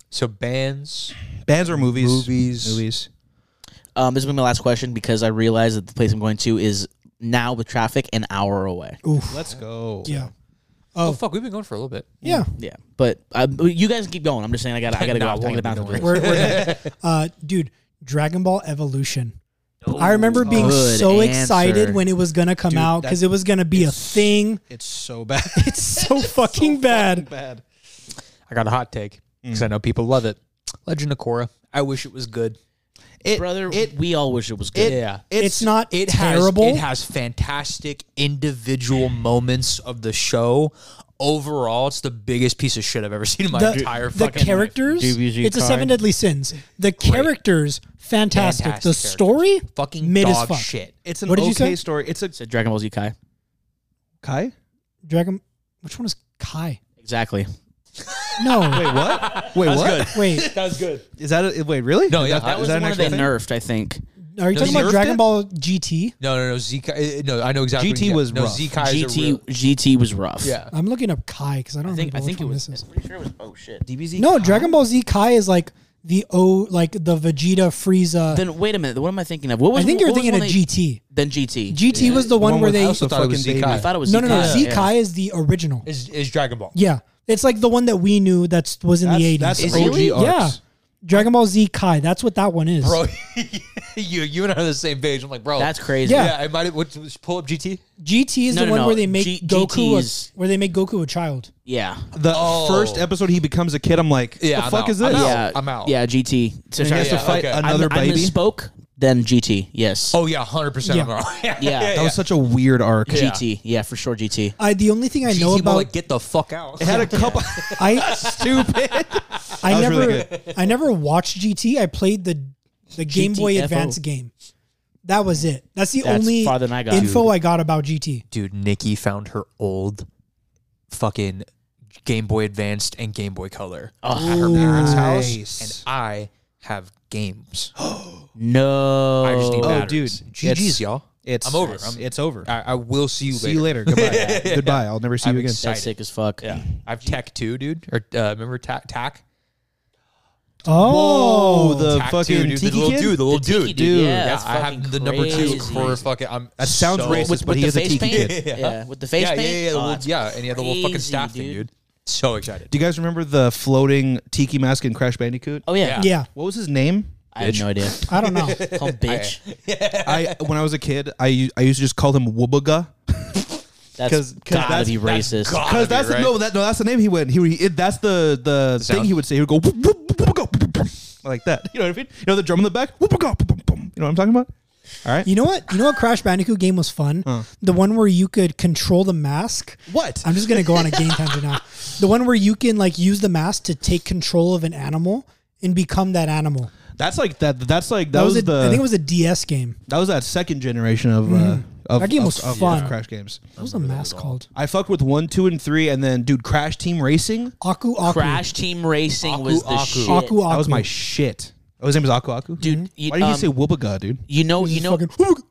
Speaker 3: So bands.
Speaker 2: Bands or movies?
Speaker 3: Movies.
Speaker 2: Movies.
Speaker 1: Um, this is gonna be my last question because I realize that the place I'm going to is now with traffic an hour away.
Speaker 2: Let's go.
Speaker 4: yeah.
Speaker 3: Oh
Speaker 4: Oh,
Speaker 3: fuck, we've been going for a little bit.
Speaker 4: yeah.
Speaker 1: Yeah, but uh, you guys can keep going. I'm just saying I gotta I gotta
Speaker 3: Nah,
Speaker 1: go. I
Speaker 3: won't
Speaker 1: gotta
Speaker 3: be
Speaker 1: bounce.
Speaker 3: doing
Speaker 4: We're, we're uh, dude, Dragon Ball Evolution. I remember being
Speaker 1: Good
Speaker 4: so
Speaker 1: answer.
Speaker 4: excited when it was gonna come
Speaker 2: Dude,
Speaker 4: out
Speaker 2: that-
Speaker 4: because it was gonna be a thing.
Speaker 2: It's so bad.
Speaker 4: It's so fucking bad.
Speaker 2: bad.
Speaker 3: I got a hot take because I know people love it. Mm. Legend of Korra. I wish it was good.
Speaker 2: It,
Speaker 1: Brother,
Speaker 2: It.
Speaker 1: we all wish it was good.
Speaker 2: It,
Speaker 3: Yeah.
Speaker 4: It's, not
Speaker 3: It
Speaker 4: terrible.
Speaker 3: has it has fantastic individual moments of the show. Overall, it's the biggest piece of shit I've ever seen in my
Speaker 4: the,
Speaker 3: entire
Speaker 4: the
Speaker 3: fucking
Speaker 4: characters.
Speaker 1: DBZ
Speaker 4: It's the Seven
Speaker 1: kind.
Speaker 4: Deadly Sins. The characters, fantastic.
Speaker 3: Fantastic
Speaker 4: the
Speaker 3: characters.
Speaker 4: story,
Speaker 3: life. fucking
Speaker 4: mid
Speaker 3: dog
Speaker 4: as fuck.
Speaker 3: shit.
Speaker 2: It's an
Speaker 4: What did you
Speaker 2: okay
Speaker 4: say?
Speaker 2: story. It's a
Speaker 1: Said Dragon Ball Z Kai.
Speaker 2: Kai?
Speaker 4: Dragon. Which one is Kai?
Speaker 1: Exactly.
Speaker 4: No.
Speaker 2: Wait, what? Wait, what? Is
Speaker 4: wait.
Speaker 3: That was good.
Speaker 2: that a, eh, wait, really?
Speaker 3: No,
Speaker 2: Is
Speaker 3: yeah,
Speaker 1: That
Speaker 2: is
Speaker 1: was
Speaker 2: an
Speaker 1: one
Speaker 2: actual
Speaker 1: they
Speaker 2: thing?
Speaker 1: nerfed, I think.
Speaker 4: Are you
Speaker 3: No,
Speaker 4: talking
Speaker 2: Nerfed
Speaker 4: about Dragon
Speaker 2: it?
Speaker 4: Ball GT?
Speaker 3: No, no, no. Z. Kai- uh, No, I know exactly.
Speaker 2: GT
Speaker 3: what you-
Speaker 2: was
Speaker 3: no
Speaker 2: rough.
Speaker 3: Z. Kai is a
Speaker 1: GT
Speaker 3: real-
Speaker 1: GT was rough.
Speaker 3: Yeah.
Speaker 4: I'm looking up Kai because I don't
Speaker 1: I think
Speaker 4: remember
Speaker 1: I
Speaker 4: which
Speaker 1: think it
Speaker 4: one
Speaker 1: was.
Speaker 4: this is.
Speaker 1: I'm pretty sure it was. Oh shit.
Speaker 2: DBZ?
Speaker 4: No, Dragon Ball Z Kai is like the O, like the Vegeta Frieza.
Speaker 1: Then wait a minute. What am I thinking of? What was
Speaker 4: I think you're
Speaker 1: what was
Speaker 4: thinking of
Speaker 1: one they-
Speaker 4: GT.
Speaker 1: Then GT.
Speaker 4: GT was the
Speaker 2: The
Speaker 4: one, where
Speaker 2: with
Speaker 4: they.
Speaker 2: House
Speaker 3: also
Speaker 2: of
Speaker 3: thought it was
Speaker 2: fucking
Speaker 3: Z Kai.
Speaker 2: Baby.
Speaker 1: I thought it was
Speaker 4: no, no, no.
Speaker 1: Zikai.
Speaker 4: Z
Speaker 1: Yeah.
Speaker 4: Kai is the original.
Speaker 3: Is is Dragon Ball?
Speaker 4: Yeah, it's like the one that we knew. That's was in the 80s.
Speaker 2: That's,
Speaker 1: Is
Speaker 2: that's OG
Speaker 1: it really?
Speaker 2: arcs.
Speaker 4: yeah, Dragon Ball Z Kai. That's what that one is.
Speaker 3: bro. you you and I are on the same page. I'm like, bro.
Speaker 1: That's crazy.
Speaker 4: Yeah.
Speaker 3: yeah. I might what, pull up GT.
Speaker 4: GT is
Speaker 1: No,
Speaker 4: the
Speaker 1: no,
Speaker 4: one
Speaker 1: no.
Speaker 4: where they make
Speaker 1: G- GT
Speaker 4: Goku
Speaker 1: is-
Speaker 4: a, where they make Goku a child.
Speaker 1: Yeah.
Speaker 2: The
Speaker 3: Oh.
Speaker 2: first episode he becomes a kid, I'm like,
Speaker 3: Yeah,
Speaker 2: the
Speaker 3: I'm
Speaker 2: fuck
Speaker 3: out.
Speaker 2: is this?
Speaker 3: I'm out.
Speaker 1: Yeah.
Speaker 3: I'm out.
Speaker 1: Yeah. GT. So
Speaker 2: And he
Speaker 1: sorry.
Speaker 2: has
Speaker 1: Yeah.
Speaker 2: to fight
Speaker 3: okay.
Speaker 1: I-
Speaker 2: another
Speaker 1: I
Speaker 2: baby.
Speaker 1: misspoke. Then GT. Yes.
Speaker 3: Oh yeah, hundred percent.
Speaker 4: Yeah.
Speaker 3: I'm wrong.
Speaker 1: Yeah.
Speaker 2: That was such a weird arc.
Speaker 3: Yeah.
Speaker 1: GT. Yeah, for sure. GT.
Speaker 4: I the only thing I know
Speaker 3: GT
Speaker 4: about
Speaker 3: Bullet, get the fuck out.
Speaker 2: It had a couple
Speaker 4: I
Speaker 2: stupid.
Speaker 4: I
Speaker 2: was
Speaker 4: never
Speaker 2: really
Speaker 4: I never watched GT. I played the the Game Boy
Speaker 1: GTFO.
Speaker 4: Advance game. That was it. That's the
Speaker 1: That's
Speaker 4: only
Speaker 1: farther than I got.
Speaker 4: info I got about GT.
Speaker 3: Dude, Nikki found her old fucking Game Boy Advanced and Game Boy Color
Speaker 1: Oh,
Speaker 3: at her parents' house, and I have games.
Speaker 1: No.
Speaker 3: I just need
Speaker 2: Oh,
Speaker 3: batteries.
Speaker 2: dude.
Speaker 3: GG's
Speaker 2: It's-
Speaker 3: y'all.
Speaker 2: It's
Speaker 3: I'm over.
Speaker 2: It's,
Speaker 3: I'm-
Speaker 2: it's over.
Speaker 3: I, I will see you
Speaker 2: See
Speaker 3: later.
Speaker 2: you later. Goodbye. Goodbye. I'll never see
Speaker 3: I'm
Speaker 2: you again.
Speaker 3: excited.
Speaker 1: That's sick as fuck. Yeah.
Speaker 3: I've Tech too, dude. Or uh, remember Tac Tac?
Speaker 4: Oh,
Speaker 2: Whoa, the
Speaker 3: Tac
Speaker 2: fucking
Speaker 3: two, dude.
Speaker 2: Tiki
Speaker 3: the little
Speaker 2: kid?
Speaker 3: dude, the little
Speaker 1: The Tiki
Speaker 3: dude,
Speaker 1: dude, yeah, that's
Speaker 3: I have
Speaker 1: fucking
Speaker 3: the number two
Speaker 1: crazy.
Speaker 3: for fucking. I'm
Speaker 2: That sounds
Speaker 3: so-
Speaker 2: racist,
Speaker 1: With,
Speaker 2: but he
Speaker 1: with
Speaker 2: is
Speaker 1: the
Speaker 2: a
Speaker 1: face
Speaker 2: tiki
Speaker 1: paint.
Speaker 2: kid.
Speaker 1: Yeah. With the face
Speaker 3: Yeah, yeah,
Speaker 1: paint.
Speaker 3: yeah, yeah, the
Speaker 1: Oh,
Speaker 3: little,
Speaker 1: that's
Speaker 3: yeah, and he had the little fucking
Speaker 1: crazy,
Speaker 3: staff thing, dude. So excited.
Speaker 2: Do you guys remember the floating tiki mask in Crash Bandicoot?
Speaker 1: Oh yeah.
Speaker 3: Yeah.
Speaker 4: Yeah,
Speaker 2: What was his name?
Speaker 1: I have no idea.
Speaker 4: I don't know.
Speaker 1: Call him bitch.
Speaker 2: I when I was a kid, I u- I used to just call him Woobaga
Speaker 1: That's
Speaker 2: 'Cause- 'cause
Speaker 1: gotta
Speaker 2: that's-
Speaker 1: be
Speaker 3: that's
Speaker 1: racist.
Speaker 3: gotta
Speaker 2: because
Speaker 3: be,
Speaker 2: that's
Speaker 3: right?
Speaker 2: the, no that no that's the name he would he, would- it, that's the the thing
Speaker 3: sound?
Speaker 2: he would say he would go "Whoop, whoop, whoop, whoop, whoop," like that you know what I mean you know the drum in the back Woobaga boom, boom, boom. you know what I'm talking about all right
Speaker 4: You know what? You know what Crash Bandicoot game was fun? The one where you could control the mask.
Speaker 2: What?
Speaker 4: I'm just gonna go on a game tangent now. The one where you can like use the mask to take control of an animal and become that animal.
Speaker 2: that's like that that's like that,
Speaker 4: That,
Speaker 2: was,
Speaker 4: was, a,
Speaker 2: the
Speaker 4: I think it was a DS game.
Speaker 2: that was that second generation of uh, of,
Speaker 4: That game
Speaker 2: of-
Speaker 4: was
Speaker 2: of- of
Speaker 4: fun.
Speaker 2: Crash games
Speaker 4: What was the mask called?
Speaker 2: I fucked with one two and three and then dude Crash Team Racing
Speaker 4: Aku Aku.
Speaker 1: Crash Team Racing
Speaker 3: Aku,
Speaker 1: was the
Speaker 3: Aku.
Speaker 1: shit.
Speaker 4: Aku Aku.
Speaker 2: that was my shit oh his name is Aku Aku
Speaker 1: Dude, you,
Speaker 2: why did
Speaker 1: um,
Speaker 2: you say Woobaga dude
Speaker 1: you know, you know,
Speaker 4: Fucking-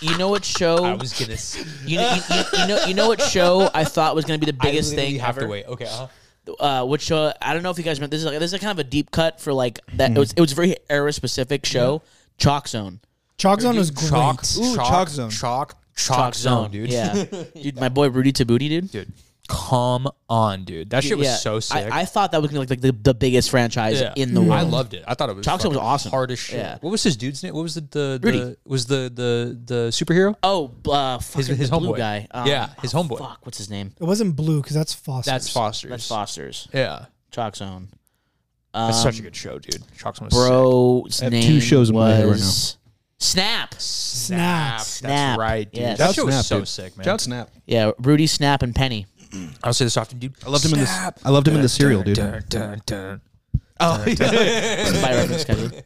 Speaker 1: you know what show?
Speaker 3: I was gonna. s-
Speaker 1: you, know, you, you- you know, you know what show I thought was going to be the
Speaker 3: I
Speaker 1: biggest
Speaker 3: literally
Speaker 1: thing
Speaker 3: have
Speaker 1: ever.
Speaker 3: to wait. Okay. Uh-huh.
Speaker 1: Uh, which show? I don't know if you guys remember. This is like this is kind of a deep cut for like that. It was it was a very era specific show. Chalk Zone.
Speaker 4: Chalk Zone was great.
Speaker 3: Chalk,
Speaker 2: Ooh,
Speaker 3: chalk,
Speaker 2: Chalk Zone.
Speaker 3: Chalk, chalk, zone, dude.
Speaker 1: Yeah, dude, my boy Rudy Tabuti, dude.
Speaker 3: dude. Come on, dude. That shit was
Speaker 1: Yeah.
Speaker 3: so sick.
Speaker 1: I, I thought that was gonna be like, like the, the biggest franchise
Speaker 3: Yeah.
Speaker 1: in the
Speaker 2: Mm-hmm.
Speaker 1: world.
Speaker 3: I loved it. I thought it was
Speaker 1: Chalk Zone was
Speaker 3: fucking
Speaker 1: awesome.
Speaker 3: Hard as shit.
Speaker 1: Yeah.
Speaker 3: What was his dude's name? What was the the,
Speaker 1: Rudy.
Speaker 3: the was the the the superhero?
Speaker 1: Oh, uh, his,
Speaker 3: his homeboy.
Speaker 1: guy.
Speaker 3: Yeah, his homeboy.
Speaker 1: Fuck, what's his name?
Speaker 4: It wasn't blue because that's Foster.
Speaker 3: That's Foster's.
Speaker 1: That's Foster's.
Speaker 3: Yeah.
Speaker 1: Chalk Zone.
Speaker 3: That's
Speaker 1: Um,
Speaker 3: such a good show, dude. Chalk Zone was
Speaker 1: Bro's
Speaker 2: have
Speaker 1: name
Speaker 2: two shows in my head right
Speaker 1: was Snap.
Speaker 3: sick.
Speaker 4: Snap.
Speaker 1: Snap.
Speaker 3: That's right, dude.
Speaker 1: Yes.
Speaker 3: That
Speaker 1: Shout
Speaker 3: show was
Speaker 2: Snap,
Speaker 3: so
Speaker 2: dude.
Speaker 3: sick, man.
Speaker 2: Shout Snap
Speaker 1: Yeah, Rudy, Snap, and Penny.
Speaker 3: I'll say this often, dude. I
Speaker 2: loved him in this I loved him in the serial dude oh
Speaker 1: By reference, Kevin.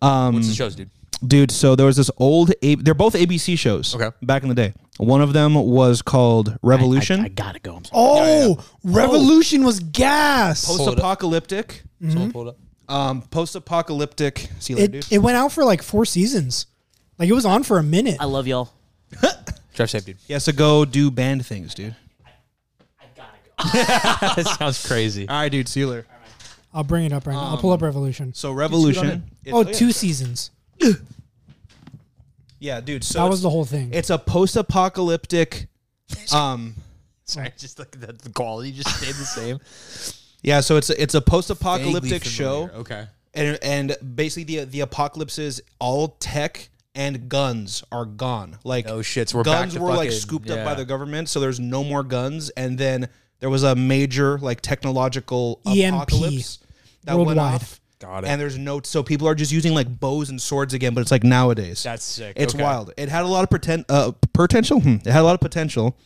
Speaker 2: um
Speaker 3: What's the shows, dude?
Speaker 2: dude so there was this old a- they're both abc shows
Speaker 3: Okay.
Speaker 2: back in the day one of them was called revolution
Speaker 1: I, I gotta go. I'm sorry.
Speaker 4: oh, Revolution was gas.
Speaker 2: post-apucalyptic
Speaker 1: Mm-hmm.
Speaker 3: Someone pulled up.
Speaker 2: um post-apocalyptic see you later,
Speaker 4: it,
Speaker 2: dude.
Speaker 4: it went out for like four seasons. Like it was on for a minute.
Speaker 1: I love y'all.
Speaker 3: Drive safe, dude.
Speaker 2: he has to go do band things dude
Speaker 3: that sounds crazy.
Speaker 2: all right dude see you later
Speaker 4: I'll bring it up right now. I'll pull up Revolution.
Speaker 2: so
Speaker 3: Dude,
Speaker 2: revolution
Speaker 3: scoot
Speaker 2: it-
Speaker 4: Oh,
Speaker 2: yeah.
Speaker 4: two seasons.
Speaker 2: yeah dude so
Speaker 4: That
Speaker 2: it's-
Speaker 4: was the whole thing.
Speaker 2: it's a post-apocalyptic um
Speaker 3: Sorry, just like the, the quality just stayed the same.
Speaker 2: yeah so it's a, it's a
Speaker 3: Vaguely
Speaker 2: post-apocalyptic show
Speaker 3: familiar. Okay.
Speaker 2: and and basically the the apocalypse is all tech and guns are gone. Like
Speaker 3: No shits, Oh, we're back
Speaker 2: guns
Speaker 3: to
Speaker 2: were like
Speaker 3: fucking-
Speaker 2: scooped up
Speaker 3: yeah.
Speaker 2: by the government, so there's no more guns. And then there was a major like technological
Speaker 4: EMP
Speaker 2: apocalypse that went
Speaker 4: worldwide.
Speaker 2: off.
Speaker 3: Got it.
Speaker 2: And there's no so people are just using like bows and swords again, but it's like nowadays.
Speaker 3: That's sick.
Speaker 2: It's
Speaker 3: Okay.
Speaker 2: wild. It had a lot of pretend uh, potential. Hmm. It had a lot of potential,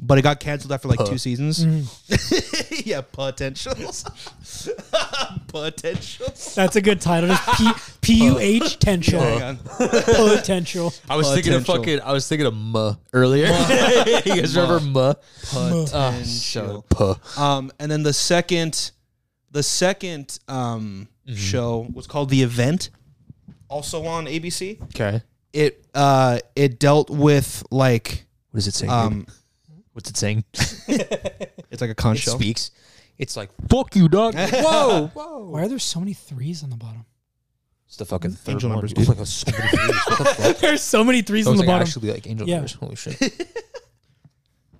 Speaker 2: but it got canceled after like two seasons. yeah, potentials. potential.
Speaker 4: That's a good title. Just P- P-U-H potential.
Speaker 2: Hang on.
Speaker 4: Potential.
Speaker 3: I was thinking of
Speaker 2: Potential.
Speaker 3: fucking. I was thinking of muh earlier. you guys remember muh? Oh, so
Speaker 2: Potential.
Speaker 3: puh.
Speaker 2: Um, and then the second, the second um, show was called The Event, also on ABC.
Speaker 3: Okay.
Speaker 2: It uh, it dealt with like
Speaker 3: What is it saying?
Speaker 2: um,
Speaker 3: What's it saying?
Speaker 2: it's like a con
Speaker 3: It
Speaker 2: show.
Speaker 3: speaks. It's like fuck you, dog. Whoa, whoa.
Speaker 4: Why are there so many threes on the bottom?
Speaker 3: It's the fucking third
Speaker 2: Angel
Speaker 3: one.
Speaker 2: numbers,
Speaker 3: It's
Speaker 2: dude.
Speaker 3: like so many threes. What the fuck?
Speaker 4: There's so many threes
Speaker 3: That
Speaker 4: on
Speaker 3: was
Speaker 4: the
Speaker 3: like
Speaker 4: bottom.
Speaker 3: actually like angel
Speaker 4: Yeah.
Speaker 3: numbers. Holy shit.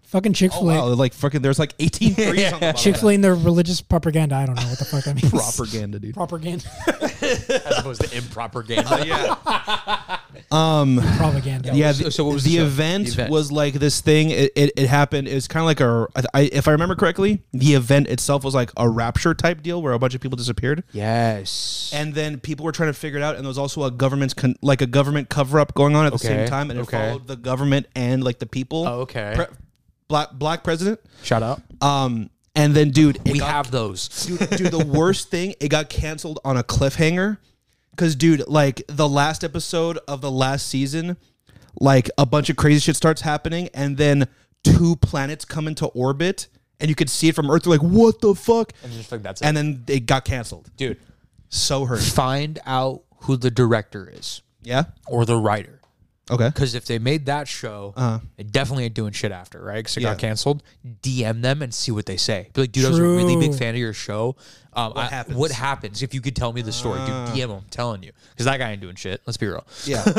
Speaker 4: Fucking Chick
Speaker 2: Oh
Speaker 4: Fil A.
Speaker 2: wow! Like fucking, there's like 18 threes on the bottom.
Speaker 4: Chick Fil A and their religious propaganda. I don't know what the fuck I mean.
Speaker 2: propaganda, dude.
Speaker 4: propaganda.
Speaker 3: As opposed to improper game. yeah.
Speaker 2: Um,
Speaker 4: propaganda.
Speaker 2: yeah.
Speaker 3: so-
Speaker 2: The,
Speaker 3: so what was
Speaker 2: the,
Speaker 3: the show?
Speaker 2: event
Speaker 3: The event.
Speaker 2: was like this thing. It it, it happened. It's kind of like a, I, I- if I remember correctly, the event itself was like a rapture type deal where a bunch of people disappeared.
Speaker 3: Yes.
Speaker 2: and then people were trying to figure it out and there was also a government's con- like a government cover up going on at the
Speaker 3: Okay,
Speaker 2: same time and it
Speaker 3: okay.
Speaker 2: followed the government and like the people
Speaker 3: Oh, okay.
Speaker 2: Pre- black black president
Speaker 3: Shout out.
Speaker 2: um and then dude it
Speaker 3: we
Speaker 2: got,
Speaker 3: have those.
Speaker 2: dude, dude the worst thing it got canceled on a cliffhanger cuz dude like the last episode of the last season like a bunch of crazy shit starts happening and then two planets come into orbit and you could see it from earth they're like what the fuck
Speaker 3: Just like that's it.
Speaker 2: and then it got canceled
Speaker 3: dude,
Speaker 2: so hurt
Speaker 3: find out who the director is
Speaker 2: yeah
Speaker 3: or the writer.
Speaker 2: okay
Speaker 3: Because if they made that show, they definitely ain't doing shit after, right? Because it
Speaker 2: Yeah.
Speaker 3: got canceled. DM them and see what they say. Be like, dude, I was a really big
Speaker 4: True.
Speaker 3: fan of your show. Um, what,
Speaker 2: happens?
Speaker 3: what happens if you could tell me the story? dude, DM them. I'm telling you. Because that guy ain't doing shit. Let's be real.
Speaker 2: Yeah.
Speaker 3: dude,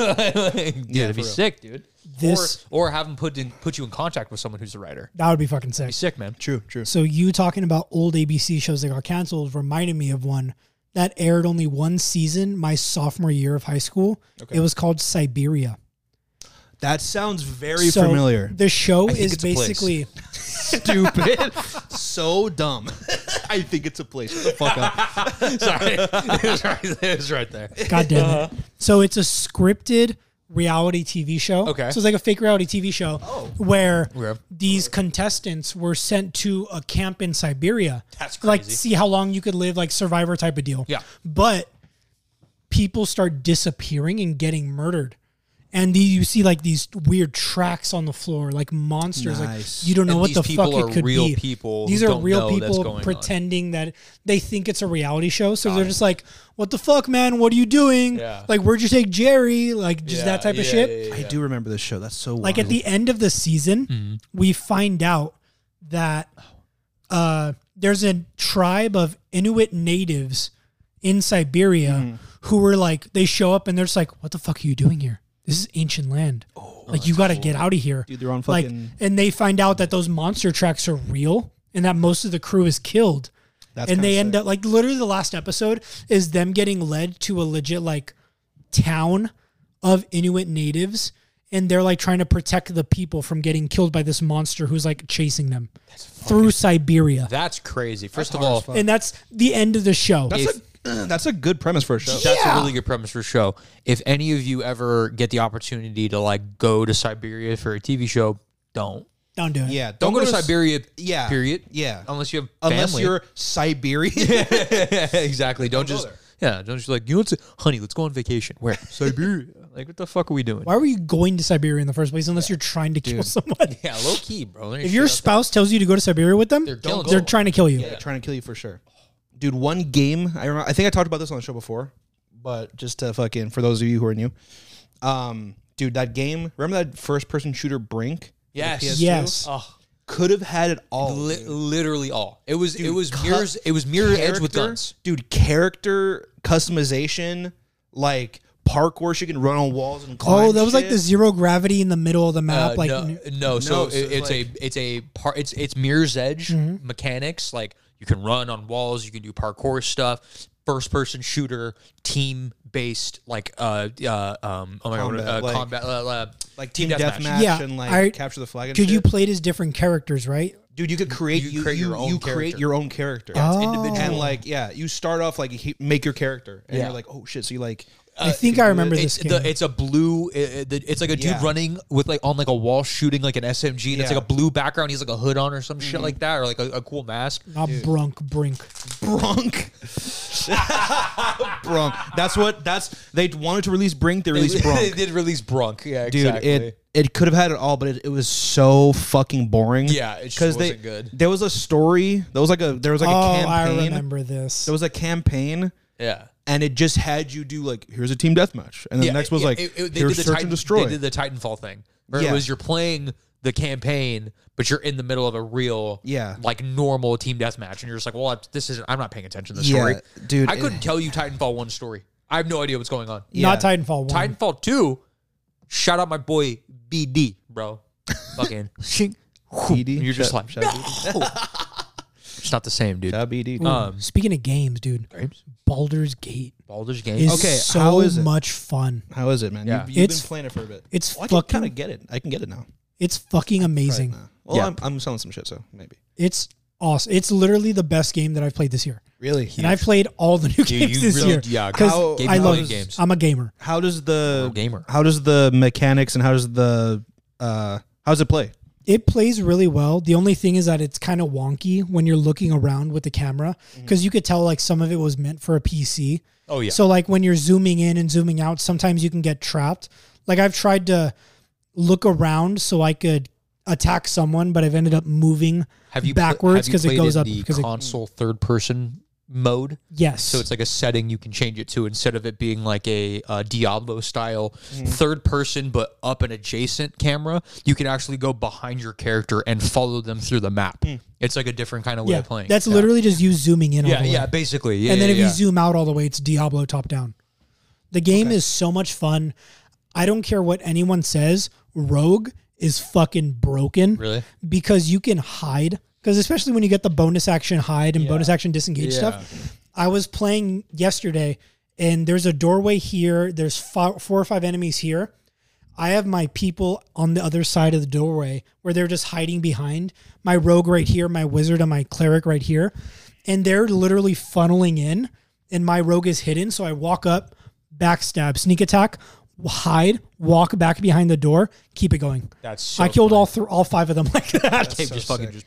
Speaker 3: that'd be sick, dude.
Speaker 4: This-
Speaker 3: or, or have them put in, put you in contact with someone who's a writer.
Speaker 4: That would be fucking sick.
Speaker 3: Be sick, man.
Speaker 2: True, true.
Speaker 4: So you talking about old ABC shows that got canceled reminded me of one that aired only one season my sophomore year of high school. It was called Siberia.
Speaker 2: That sounds very
Speaker 4: So
Speaker 2: familiar.
Speaker 4: The show
Speaker 3: think
Speaker 4: is
Speaker 3: it's a place.
Speaker 4: basically
Speaker 2: Stupid. so dumb. I think it's a place. Shut the fuck up.
Speaker 3: Sorry. it, was right, it was right there.
Speaker 4: God damn it.
Speaker 3: Uh-huh.
Speaker 4: So it's a scripted reality TV show.
Speaker 3: Okay. Oh.
Speaker 4: So it's like a fake reality TV show where
Speaker 3: Okay.
Speaker 4: these contestants were sent to a camp in Siberia.
Speaker 3: That's
Speaker 4: Like
Speaker 3: crazy.
Speaker 4: see how long you could live, like survivor type of deal.
Speaker 3: Yeah.
Speaker 4: But people start disappearing and getting murdered. And the, you see like these weird tracks on the floor, like monsters.
Speaker 2: Nice.
Speaker 4: Like you don't know
Speaker 3: And
Speaker 4: what
Speaker 3: these
Speaker 4: the
Speaker 3: people
Speaker 4: fuck
Speaker 3: are
Speaker 4: it could
Speaker 3: real
Speaker 4: be.
Speaker 3: people who
Speaker 4: These are
Speaker 3: don't
Speaker 4: real
Speaker 3: know that's
Speaker 4: people
Speaker 3: going on.
Speaker 4: pretending that they think it's a reality show. So they're just like, "What the fuck, man? What are you doing?
Speaker 3: Yeah.
Speaker 4: Like, where'd you take Jerry? Like, just that
Speaker 3: Yeah,
Speaker 4: type of
Speaker 3: yeah,
Speaker 4: shit."
Speaker 3: yeah, yeah,
Speaker 2: I
Speaker 3: yeah.
Speaker 2: do remember this show. That's so
Speaker 4: Like at the end of the season, we find out that uh, there's a tribe of Inuit natives in Siberia
Speaker 2: Mm-hmm.
Speaker 4: who were like, they show up and they're just like, "What the fuck are you doing here? This is ancient land. like, you got to get out of here."
Speaker 2: Oh, Dude, they're on
Speaker 4: like,
Speaker 2: fucking-
Speaker 4: and they find out that those monster tracks are real and that most of the crew is killed
Speaker 2: That's
Speaker 4: and
Speaker 2: kinda
Speaker 4: they end
Speaker 2: sick.
Speaker 4: up like literally the last episode is them getting led to a legit like town of Inuit natives and they're like trying to protect the people from getting killed by this monster who's like chasing them through Siberia.
Speaker 3: That's crazy. First of all,
Speaker 4: and that's the end of the show.
Speaker 2: That's a, that's a good premise for a show.
Speaker 3: That's a really good premise for a show. If any of you ever get the opportunity to like go to Siberia for a TV show, don't.
Speaker 4: Don't do it.
Speaker 2: Yeah. Don't,
Speaker 3: Don't, go, to,
Speaker 2: s-
Speaker 3: Siberia.
Speaker 2: Yeah,
Speaker 3: Period.
Speaker 2: yeah.
Speaker 3: Unless you have
Speaker 2: Unless
Speaker 3: family.
Speaker 2: you're Siberian.
Speaker 3: exactly. Don't, just yeah. Don't just like you know what's honey. Let's go on vacation. Where Siberia? like what the fuck are we doing?
Speaker 4: Why were you going to Siberia in the first place unless you're trying to kill someone?
Speaker 3: Yeah, low key, bro.
Speaker 4: If your spouse tells you to go to Siberia with them, they're,
Speaker 3: killing someone.
Speaker 4: trying to kill you.
Speaker 2: They're trying to kill you for sure. Dude, one game I remember. I think I talked about this on the show before, but just to fucking for those of you who are new, um, dude, that game. Remember that first person shooter Brink?
Speaker 3: yes,
Speaker 4: Yes.
Speaker 3: Oh,
Speaker 2: Could have had it all.
Speaker 3: li-
Speaker 2: Oh, dude.
Speaker 3: literally all. It was it was
Speaker 2: cut-
Speaker 3: mirrors. It was mirror edge with
Speaker 2: character-
Speaker 3: guns.
Speaker 2: dude. Character customization, like parkour, she can run on walls and climb.
Speaker 4: Oh, that was like
Speaker 2: shit.
Speaker 4: the zero gravity in the middle of the map.
Speaker 3: Uh,
Speaker 4: like
Speaker 3: no, no, so,
Speaker 2: No, so
Speaker 3: it- it's
Speaker 2: it's
Speaker 3: a it's a part it's it's mirror's edge
Speaker 4: Mm-hmm.
Speaker 3: mechanics like you can run on walls you can do parkour stuff first person shooter team based like uh uh um oh my
Speaker 2: Combat,
Speaker 3: god uh,
Speaker 2: like-
Speaker 3: combat uh, uh,
Speaker 2: like team deathmatch
Speaker 4: Yeah,
Speaker 2: and like
Speaker 4: I-
Speaker 2: capture the flag. And
Speaker 4: could you
Speaker 2: shit.
Speaker 4: played as different characters, right?
Speaker 2: dude? You could create
Speaker 3: you
Speaker 2: you you,
Speaker 3: create your
Speaker 2: you
Speaker 3: own
Speaker 2: create
Speaker 3: character.
Speaker 2: your own character.
Speaker 4: it's Oh.
Speaker 2: And
Speaker 4: individual.
Speaker 2: like yeah, you start off like you he- make your character, and
Speaker 3: Yeah.
Speaker 2: you're like oh shit. So you like
Speaker 4: I think I remember this
Speaker 3: it's
Speaker 4: game.
Speaker 3: The, it's a blue. It, it- the- it's like a dude
Speaker 2: Yeah.
Speaker 3: running with like on like a wall shooting like an SMG, and it's
Speaker 2: Yeah. Mm-hmm.
Speaker 3: like a blue background. He's like a hood on or some shit like that, or like a, a cool mask.
Speaker 4: Not Brunk Brink.
Speaker 2: Brunk. Brunk. That's what. That's they wanted to release Brink. They released
Speaker 3: they
Speaker 2: Brunk.
Speaker 3: did release Brunk. Yeah,
Speaker 2: Dude,
Speaker 3: exactly.
Speaker 2: it it could have had it all, but it, it was so fucking boring.
Speaker 3: Yeah, it just
Speaker 2: 'Cause they-
Speaker 3: wasn't good.
Speaker 2: There was a story. There was like a there was like a
Speaker 4: oh, I
Speaker 2: campaign.
Speaker 4: remember this.
Speaker 2: There was a campaign,
Speaker 3: yeah.
Speaker 2: and it just had you do like here's a team deathmatch, and then
Speaker 3: Yeah,
Speaker 2: the next was
Speaker 3: yeah,
Speaker 2: like
Speaker 3: it- it- they
Speaker 2: here's
Speaker 3: did the
Speaker 2: search
Speaker 3: Titan-
Speaker 2: and destroy.
Speaker 3: They did the Titanfall thing. Where
Speaker 2: Yeah.
Speaker 3: it was you're playing the campaign, but you're in the middle of a real,
Speaker 2: Yeah.
Speaker 3: like normal team deathmatch, and you're just like, well, this isn't. I'm not paying attention to the
Speaker 2: Yeah,
Speaker 3: story,
Speaker 2: dude,
Speaker 3: I
Speaker 2: it-
Speaker 3: couldn't tell you Titanfall one story. I have no idea what's going on.
Speaker 4: Not
Speaker 2: yeah.
Speaker 4: Titanfall 1.
Speaker 3: Titanfall two, shout out my boy BD, bro. Fucking,
Speaker 2: BD?
Speaker 3: you're just
Speaker 2: Shut-
Speaker 3: like,
Speaker 2: shut up,
Speaker 3: no. it's not the same, dude. Um,
Speaker 2: shut up, BD.
Speaker 4: Ooh,
Speaker 3: uh,
Speaker 4: Speaking of games, dude,
Speaker 3: Games?
Speaker 4: Baldur's Gate
Speaker 3: Baldur's Gate.
Speaker 4: is
Speaker 2: Okay,
Speaker 4: so
Speaker 2: how is it?
Speaker 4: much fun.
Speaker 2: How is it, man?
Speaker 3: Yeah.
Speaker 2: You've, you've
Speaker 4: It's-
Speaker 2: been playing it for a bit.
Speaker 4: it's
Speaker 2: Well, I can
Speaker 4: fucking-
Speaker 2: kind of get it. I can get it now.
Speaker 4: It's fucking amazing.
Speaker 2: Well,
Speaker 3: Yeah.
Speaker 2: I'm, I'm selling some shit, so maybe.
Speaker 4: It's awesome. It's literally the best game that I've played this year.
Speaker 2: Really?
Speaker 4: And I've played all the new games
Speaker 3: you
Speaker 4: this
Speaker 3: really-
Speaker 4: year.
Speaker 3: yeah,
Speaker 2: how-
Speaker 4: because
Speaker 3: Gabe,
Speaker 4: I
Speaker 3: you
Speaker 4: love
Speaker 3: play games.
Speaker 4: I'm a gamer.
Speaker 2: How does the
Speaker 3: Pro gamer.
Speaker 2: How does the mechanics and how does the uh how does it play?
Speaker 4: It plays really well. The only thing is that it's kind of wonky when you're looking around with the camera because
Speaker 2: Mm.
Speaker 4: you could tell like some of it was meant for a PC.
Speaker 3: Oh yeah.
Speaker 4: So like when you're zooming in and zooming out, sometimes you can get trapped. Like I've tried to look around so I could attack someone, but I've ended up moving
Speaker 3: have you pl-
Speaker 4: backwards
Speaker 3: have you
Speaker 4: because it
Speaker 3: played
Speaker 4: goes
Speaker 3: in
Speaker 4: up
Speaker 3: the
Speaker 4: because it
Speaker 3: console third person mode?
Speaker 4: yes.
Speaker 3: So it's like a setting you can change it to instead of it being like a, uh Diablo style
Speaker 4: Mm-hmm.
Speaker 3: third person but up an adjacent camera, you can actually go behind your character and follow them through the map. It's like a different kind of way
Speaker 4: Hmm. yeah,
Speaker 3: of playing.
Speaker 4: that's
Speaker 3: yeah.
Speaker 4: literally just you zooming in. all
Speaker 3: yeah,
Speaker 4: the way.
Speaker 3: yeah, basically. Yeah,
Speaker 4: and then
Speaker 3: yeah,
Speaker 4: if
Speaker 3: yeah.
Speaker 4: you zoom out all the way, it's Diablo top down. The game is so much fun. I don't care what anyone says. Rogue is fucking broken.
Speaker 3: Really?
Speaker 4: Because you can hide. Because especially when you get the bonus action hide and bonus action disengage stuff. I was playing yesterday, and there's a doorway here. There's fo- four or five enemies here. I have my people on the other side of the doorway where they're just hiding behind my rogue right here, my wizard, and my cleric right here. And they're literally funneling in, and my rogue is hidden. So I walk up, backstab, sneak attack, hide, walk back behind the door, keep it going.
Speaker 3: that's so
Speaker 4: I killed all th- all five of them like that,
Speaker 3: Gabe just fucking just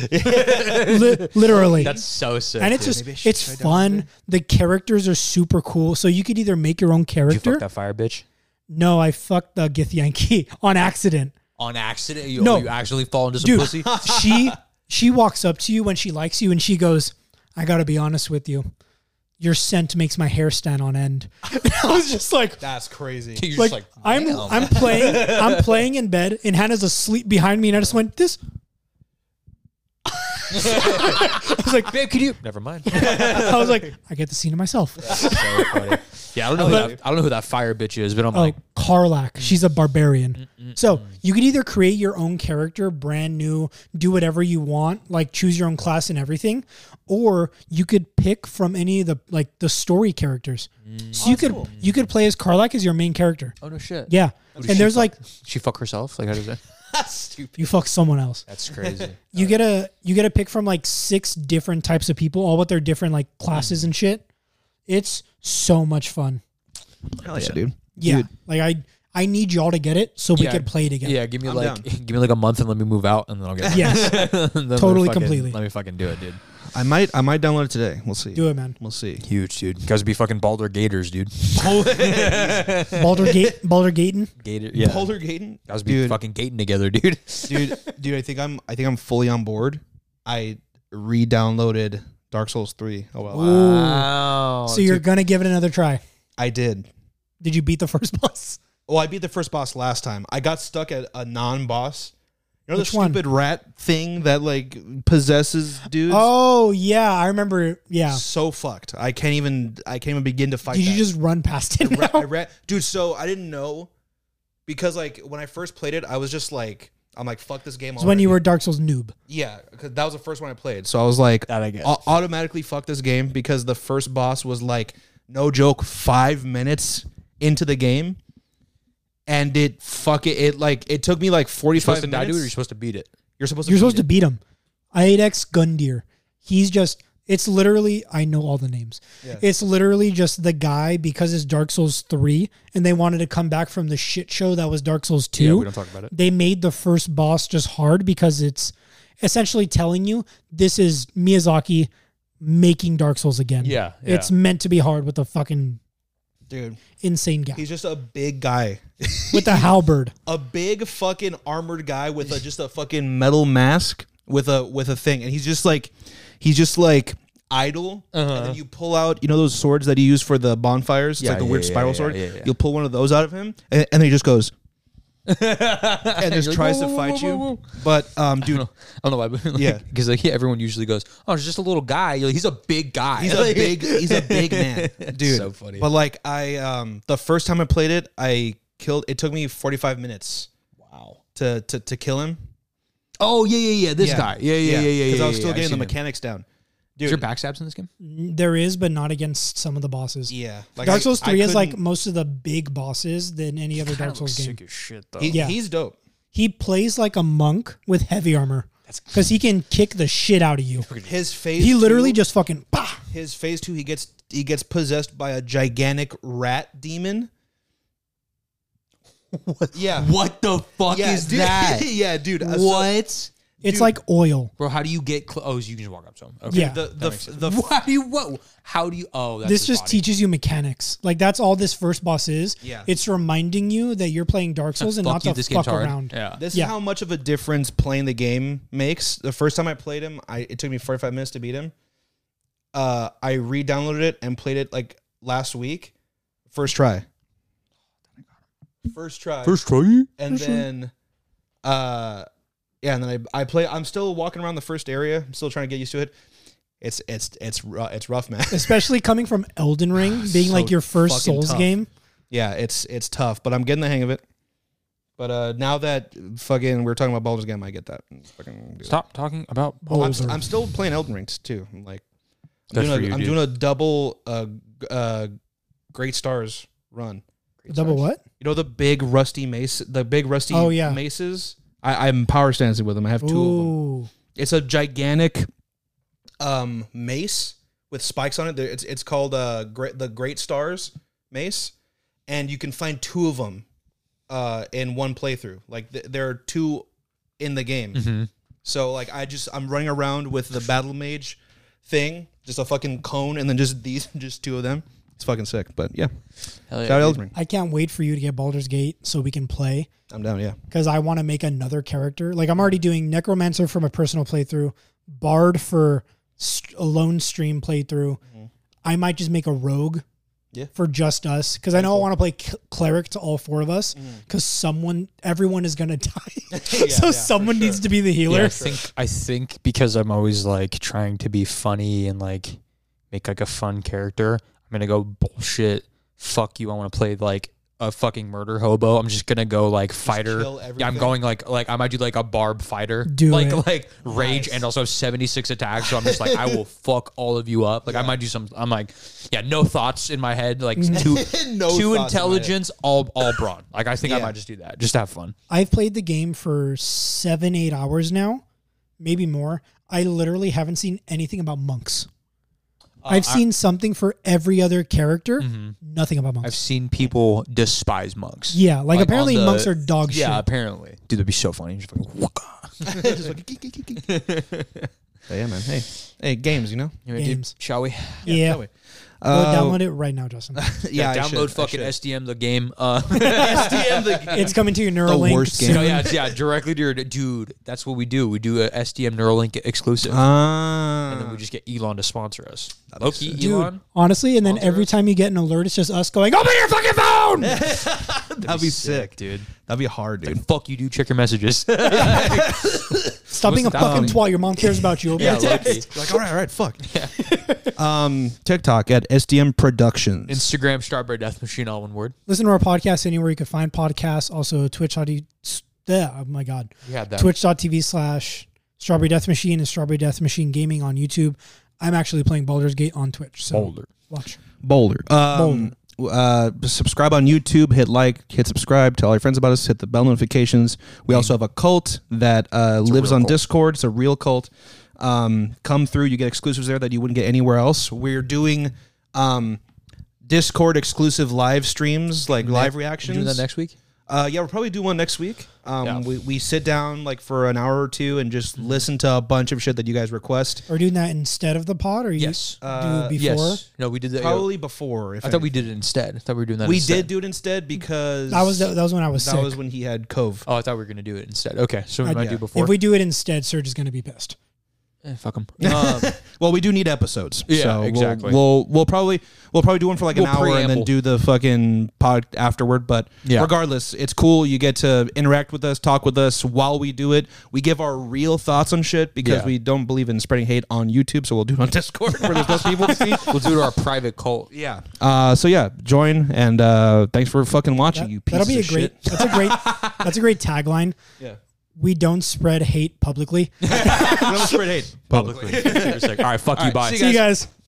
Speaker 4: li- literally.
Speaker 3: that's so sick.
Speaker 4: and it's
Speaker 3: dude.
Speaker 4: just it's fun. The characters are super cool. So you could either make your own
Speaker 3: you fucked
Speaker 4: character.
Speaker 3: that fire bitch
Speaker 4: No, I fucked the Githyanki on accident.
Speaker 3: on accident. You,
Speaker 4: No.
Speaker 3: you actually fall into some
Speaker 4: dude
Speaker 3: pussy.
Speaker 4: she she walks up to you when she likes you and she goes i gotta be honest with you your scent makes my hair stand on end i was just like
Speaker 2: That's crazy.
Speaker 3: You're
Speaker 4: like,
Speaker 3: just like
Speaker 4: i'm
Speaker 3: damn.
Speaker 4: i'm playing i'm playing in bed and hannah's asleep behind me and i just went this
Speaker 3: I was like, babe, could you? Never mind.
Speaker 4: i was like i get the scene to myself
Speaker 3: So funny. Yeah, I don't know. Who that, I don't know who that fire bitch is, but I'm
Speaker 4: oh
Speaker 3: like,
Speaker 4: carlac
Speaker 3: Mm-hmm.
Speaker 4: she's a barbarian so you could either create your own character brand new do whatever you want like choose your own class and everything or you could pick from any of the like the story characters so you could you could play as carlac as your main character
Speaker 3: Mm. oh no shit.
Speaker 4: yeah and there's like
Speaker 3: she fuck herself. Like, how does that?
Speaker 4: you fuck someone else
Speaker 3: That's crazy.
Speaker 4: you get a you get a pick from like six different types of people all with their different like
Speaker 3: Mm.
Speaker 4: classes and shit it's so much fun
Speaker 2: Hell yeah, dude.
Speaker 4: yeah like i i need y'all to get it so we
Speaker 3: Yeah.
Speaker 4: could play together
Speaker 3: Yeah, give me
Speaker 2: I'm
Speaker 3: like
Speaker 2: down.
Speaker 3: give me like a month and let me move out and then I'll get
Speaker 4: yes
Speaker 3: it. And then let
Speaker 4: Totally,
Speaker 3: me fucking-
Speaker 4: completely.
Speaker 3: Let me fucking do it, dude.
Speaker 2: I might I might download it today. We'll see.
Speaker 4: do it man
Speaker 2: We'll see.
Speaker 3: Huge, dude. guys be fucking Baldur Gators, dude.
Speaker 4: Baldur Gate, Baldur Gaten.
Speaker 3: Gator, yeah.
Speaker 2: Boulder Gaten.
Speaker 3: guys be
Speaker 2: Dude,
Speaker 3: fucking gating together, dude.
Speaker 2: dude, dude, I think I'm I think I'm fully on board. I re-downloaded Dark Souls 3. Oh well.
Speaker 3: Wow.
Speaker 4: So you're gonna give it another try.
Speaker 2: I did.
Speaker 4: Did you beat the first boss?
Speaker 2: Well, I beat the first boss last time. I got stuck at a non-boss. You know
Speaker 4: Which
Speaker 2: the
Speaker 4: one?
Speaker 2: stupid rat thing that like possesses dudes.
Speaker 4: Oh yeah, I remember. Yeah.
Speaker 2: so fucked. I can't even. I can't even begin to fight.
Speaker 4: Did
Speaker 2: that.
Speaker 4: you just run past
Speaker 2: I
Speaker 4: it?
Speaker 2: re-
Speaker 4: now?
Speaker 2: I re- dude? So I didn't know because like when I first played it, I was just like, I'm like, fuck this game.
Speaker 4: It's when you
Speaker 2: already.
Speaker 4: were Dark Souls noob.
Speaker 2: yeah, because that was the first one I played. So I was like,
Speaker 3: That I guess.
Speaker 2: au- automatically fuck this game because the first boss was like, no joke, five minutes into the game, and it fuck it, it like it took me like
Speaker 3: you
Speaker 2: 45
Speaker 3: supposed to die,
Speaker 2: minutes.
Speaker 3: dude, or you're supposed to beat it.
Speaker 2: you're supposed to
Speaker 4: You're supposed to
Speaker 2: beat
Speaker 4: beat him. 8x Gundyr. He's just It's literally I know all the names. It's literally just the guy because it's Dark Souls 3 and they wanted to come back from the shit show that was Dark Souls 2.
Speaker 3: Yeah, we don't talk about it.
Speaker 4: They made the first boss just hard because it's essentially telling you this is Miyazaki making Dark Souls again.
Speaker 3: Yeah,
Speaker 4: It's meant to be hard with the fucking
Speaker 2: dude.
Speaker 4: insane guy.
Speaker 2: He's just a big guy,
Speaker 4: with the halberd.
Speaker 2: a big fucking armored guy with a, just a fucking metal mask with a with a thing, and he's just like, he's just like idle. And then you pull out, you know, those swords that you use for the bonfires, it's
Speaker 3: Uh-huh. Yeah,
Speaker 2: like the
Speaker 3: yeah,
Speaker 2: weird
Speaker 3: yeah,
Speaker 2: spiral
Speaker 3: yeah,
Speaker 2: sword.
Speaker 3: yeah, yeah.
Speaker 2: You'll pull one of those out of him, and, and then he just goes. and just
Speaker 3: You're like,
Speaker 2: tries
Speaker 3: "Whoa,
Speaker 2: to
Speaker 3: whoa,
Speaker 2: fight
Speaker 3: whoa, whoa,
Speaker 2: you, but um, dude,
Speaker 3: I don't know why, but like,
Speaker 2: Yeah.
Speaker 3: because like yeah, everyone usually goes, "Oh, it's just a little guy." You're like, he's a big guy.
Speaker 2: He's a
Speaker 3: Like-
Speaker 2: big he's a big man. Dude.
Speaker 3: So funny.
Speaker 2: But like I um the first time I played it, I killed it took me 45 minutes. Wow. To to to kill him.
Speaker 3: Oh yeah, yeah, yeah. This guy. Yeah, yeah, yeah, yeah.
Speaker 2: Cuz
Speaker 3: yeah,
Speaker 2: I was still
Speaker 3: yeah, I've
Speaker 2: getting the
Speaker 3: seen him.
Speaker 2: mechanics down. Dude.
Speaker 3: Is there backstabs in this game?
Speaker 4: There is, but not against some of the bosses.
Speaker 2: yeah. Like
Speaker 4: Dark
Speaker 2: I-
Speaker 4: Souls
Speaker 2: I
Speaker 4: 3 has like
Speaker 2: couldn't-
Speaker 4: most of the big bosses than any other Dark Souls game.
Speaker 2: he,
Speaker 4: yeah.
Speaker 2: he's dope.
Speaker 4: He plays like a monk with heavy armor because he can kick the shit out of you.
Speaker 2: His phase
Speaker 4: He literally
Speaker 2: two-
Speaker 4: just fucking bah.
Speaker 2: his phase 2 he gets he gets possessed by a gigantic rat demon. What? Yeah.
Speaker 3: What the fuck
Speaker 2: Yeah,
Speaker 3: is
Speaker 2: dude.
Speaker 3: that?
Speaker 2: yeah, dude. Uh, so-
Speaker 3: what?
Speaker 4: It's
Speaker 2: Dude.
Speaker 4: like oil.
Speaker 3: Bro, how do you get close? Oh, so you can just walk up to him. Okay.
Speaker 4: Yeah.
Speaker 2: the the the
Speaker 3: Why do you what? How do you? Oh, that's
Speaker 4: this
Speaker 3: his
Speaker 4: just
Speaker 3: body.
Speaker 4: teaches you mechanics. Like that's all this first boss is.
Speaker 2: Yeah.
Speaker 4: It's reminding you that you're playing Dark Souls and
Speaker 3: Fuck
Speaker 4: not
Speaker 3: you,
Speaker 4: to
Speaker 3: this
Speaker 4: fuck
Speaker 3: game's hard.
Speaker 4: around.
Speaker 3: Yeah.
Speaker 2: This
Speaker 4: Yeah.
Speaker 2: is how much of a difference playing the game makes. The first time I played him, I it took me 45 minutes to beat him. Uh, I re-downloaded it and played it like last week. First try. First try.
Speaker 3: try.
Speaker 2: and then uh yeah, and then I, I play I'm still walking around the first area. I'm still trying to get used to it. It's it's it's rough, it's rough, man.
Speaker 4: Especially coming from Elden Ring, being like your first
Speaker 2: fucking
Speaker 4: Souls
Speaker 2: tough.
Speaker 4: game.
Speaker 2: yeah, it's it's tough, but I'm getting the hang of it. But uh now that fucking we're talking about Baldur's Game, I get that. Fucking do that.
Speaker 3: Stop talking about.
Speaker 2: I'm,
Speaker 4: Bowser.
Speaker 2: I'm still playing Elden Rings too. I'm like, I'm,
Speaker 3: That's
Speaker 2: doing a,
Speaker 3: for you,
Speaker 2: I'm
Speaker 3: dude.
Speaker 2: doing a double uh, g- uh, Great Stars run.
Speaker 4: Double what?
Speaker 2: You know the big rusty mace, the big rusty
Speaker 4: Oh, yeah.
Speaker 2: maces. I, I'm power stancing with them. I have two of them.
Speaker 4: Ooh.
Speaker 2: It's a gigantic um, mace with spikes on it. There- It's it's called uh, great, the Great Stars mace, and you can find two of them uh, in one playthrough. Like th- there are two in the game.
Speaker 3: Mm-hmm.
Speaker 2: So like I just I'm running around with the battle mage thing, just a fucking cone, and then just these, just two of them. It's fucking sick. But yeah,
Speaker 3: Hell
Speaker 2: shout out Elden Ring.
Speaker 4: I can't wait for you to get Baldur's Gate so we can play.
Speaker 2: I'm down. Yeah,
Speaker 4: because I want to make another character. Like I'm already doing Necromancer from a personal playthrough, Bard for st- a lone stream playthrough. I might just make a rogue
Speaker 2: Mm-hmm. Yeah.
Speaker 4: for just us because I know I want to play cl- cleric to all four of us because someone, everyone is gonna die, so
Speaker 2: Mm. yeah, for
Speaker 4: someone needs to be the healer.
Speaker 3: Yeah, I think I think because I'm always like trying to be funny and like make like a fun character. I'm gonna go bullshit. Fuck you. I want to play like a fucking murder hobo. I'm just gonna go like fighter.
Speaker 2: kill
Speaker 3: Yeah, I'm
Speaker 2: everything.
Speaker 3: going like like I might do like a barb fighter.
Speaker 4: Do
Speaker 3: like
Speaker 4: it.
Speaker 3: like rage and also 76 attacks. So I'm just like I will fuck all of you up. Like I might do some. I'm like yeah, no thoughts in my head. Like too
Speaker 2: No thoughts in
Speaker 3: too
Speaker 2: my head.
Speaker 3: intelligence, all all brawn. Like I think I
Speaker 2: Yeah.
Speaker 3: might just do that just to have fun.
Speaker 4: I've played the game for seven, eight hours now, maybe more. I literally haven't seen anything about monks.
Speaker 2: Uh,
Speaker 4: I've seen something for every other character, nothing about monks.
Speaker 3: I've seen people despise monks.
Speaker 4: Yeah, like,
Speaker 3: on
Speaker 4: apparently
Speaker 3: the-
Speaker 4: monks are dog
Speaker 3: yeah,
Speaker 4: shit.
Speaker 3: apparently. Dude, that'd be so funny. Just fucking waka.
Speaker 2: Just like, geek, geek, geek, geek. But yeah, man. Hey, hey, games. You know.
Speaker 3: Anyway, dude,
Speaker 4: Games.
Speaker 3: shall we?
Speaker 4: Yeah,
Speaker 2: that way.
Speaker 4: Go
Speaker 2: Uh,
Speaker 4: download it right now, Justin.
Speaker 2: Yeah, I
Speaker 3: download
Speaker 2: should, I should.
Speaker 3: fucking SDM the game. Uh,
Speaker 2: SDM the
Speaker 4: it's coming to your Neuralink.
Speaker 2: worst game.
Speaker 4: soon.
Speaker 3: no, yeah, it's- yeah, directly to your dude. That's what we do. We do a SDM Neuralink exclusive,
Speaker 2: Ah.
Speaker 3: and then we just get Elon to sponsor us. Loki,
Speaker 2: sense.
Speaker 3: Elon,
Speaker 4: Honestly, and then every time you get an alert, it's just us going, "Open your fucking phone!"
Speaker 2: that'd be sick,
Speaker 3: dude.
Speaker 2: That'd be hard, dude.
Speaker 3: Fuck you, dude. Check your messages.
Speaker 4: Stop being a
Speaker 3: that
Speaker 4: fucking
Speaker 3: one?
Speaker 4: twat. Your mom cares about you. Open
Speaker 3: yeah,
Speaker 4: your text.
Speaker 3: Loki.
Speaker 2: You're like, all right, all right, fuck. um, TikTok at SDM Productions.
Speaker 3: Instagram Strawberry Death Machine, all one word.
Speaker 4: Listen to our podcast anywhere you can find podcasts. Also, Twitch. Yeah, oh my god.
Speaker 3: You had that.
Speaker 4: Twitch.tv slash Strawberry Death Machine and Strawberry Death Machine Gaming on YouTube. I'm actually playing Baldur's Gate on Twitch. So
Speaker 3: Boulder.
Speaker 4: watch.
Speaker 2: Boulder. Um, Uh, subscribe on YouTube, hit like, hit subscribe, tell all your friends about us, hit the bell notifications. We also have a cult that uh, lives
Speaker 3: real
Speaker 2: on
Speaker 3: cult.
Speaker 2: Discord. It's a real cult. Um, come through. You get exclusives there that you wouldn't get anywhere else. We're doing um, Discord exclusive live streams, like live reactions.
Speaker 3: Do that next week.
Speaker 2: Uh, yeah, we'll probably do one next week. Um, we, we sit down like for an hour or two and just
Speaker 3: Mm-hmm.
Speaker 2: listen to a bunch of shit that you guys request.
Speaker 4: Or doing that instead of the pod, or you
Speaker 3: Yes.
Speaker 4: do
Speaker 2: Uh,
Speaker 4: before?
Speaker 3: Yes. No, we did that.
Speaker 2: Probably before. If
Speaker 3: I thought we did it instead. I thought we were doing that.
Speaker 2: we
Speaker 3: instead.
Speaker 2: did do it instead because
Speaker 4: That was that was when I was
Speaker 2: that
Speaker 4: sick.
Speaker 2: was when he had Cove.
Speaker 3: Oh, I thought we were gonna do it instead. Okay, so we
Speaker 4: I-
Speaker 3: might
Speaker 2: yeah.
Speaker 3: do before.
Speaker 4: if we do it instead, Serge is going to be pissed.
Speaker 3: eh, fuck him.
Speaker 2: Well, we do need episodes.
Speaker 3: Yeah,
Speaker 2: so we'll-
Speaker 3: exactly.
Speaker 2: We'll, we'll probably we'll probably do one for like
Speaker 3: We'll
Speaker 2: an hour and
Speaker 3: preamble.
Speaker 2: then do the fucking pod afterward. But
Speaker 3: Yeah.
Speaker 2: regardless, it's cool. You get to interact with us, talk with us while we do it. We give our real thoughts on shit because
Speaker 3: Yeah.
Speaker 2: we don't believe in spreading hate on YouTube, so we'll do it on Discord where there's less people to see.
Speaker 3: we'll do it to our private cult.
Speaker 2: Yeah. Uh, so yeah, join and uh, thanks for fucking watching. you pieces
Speaker 4: that'll be a
Speaker 2: of
Speaker 4: great.
Speaker 2: shit.
Speaker 4: That's a great. That's a great tagline.
Speaker 2: Yeah.
Speaker 4: We don't spread hate publicly.
Speaker 2: Don't spread hate.
Speaker 3: Publicly. All right, fuck you. Bye.
Speaker 4: See you guys.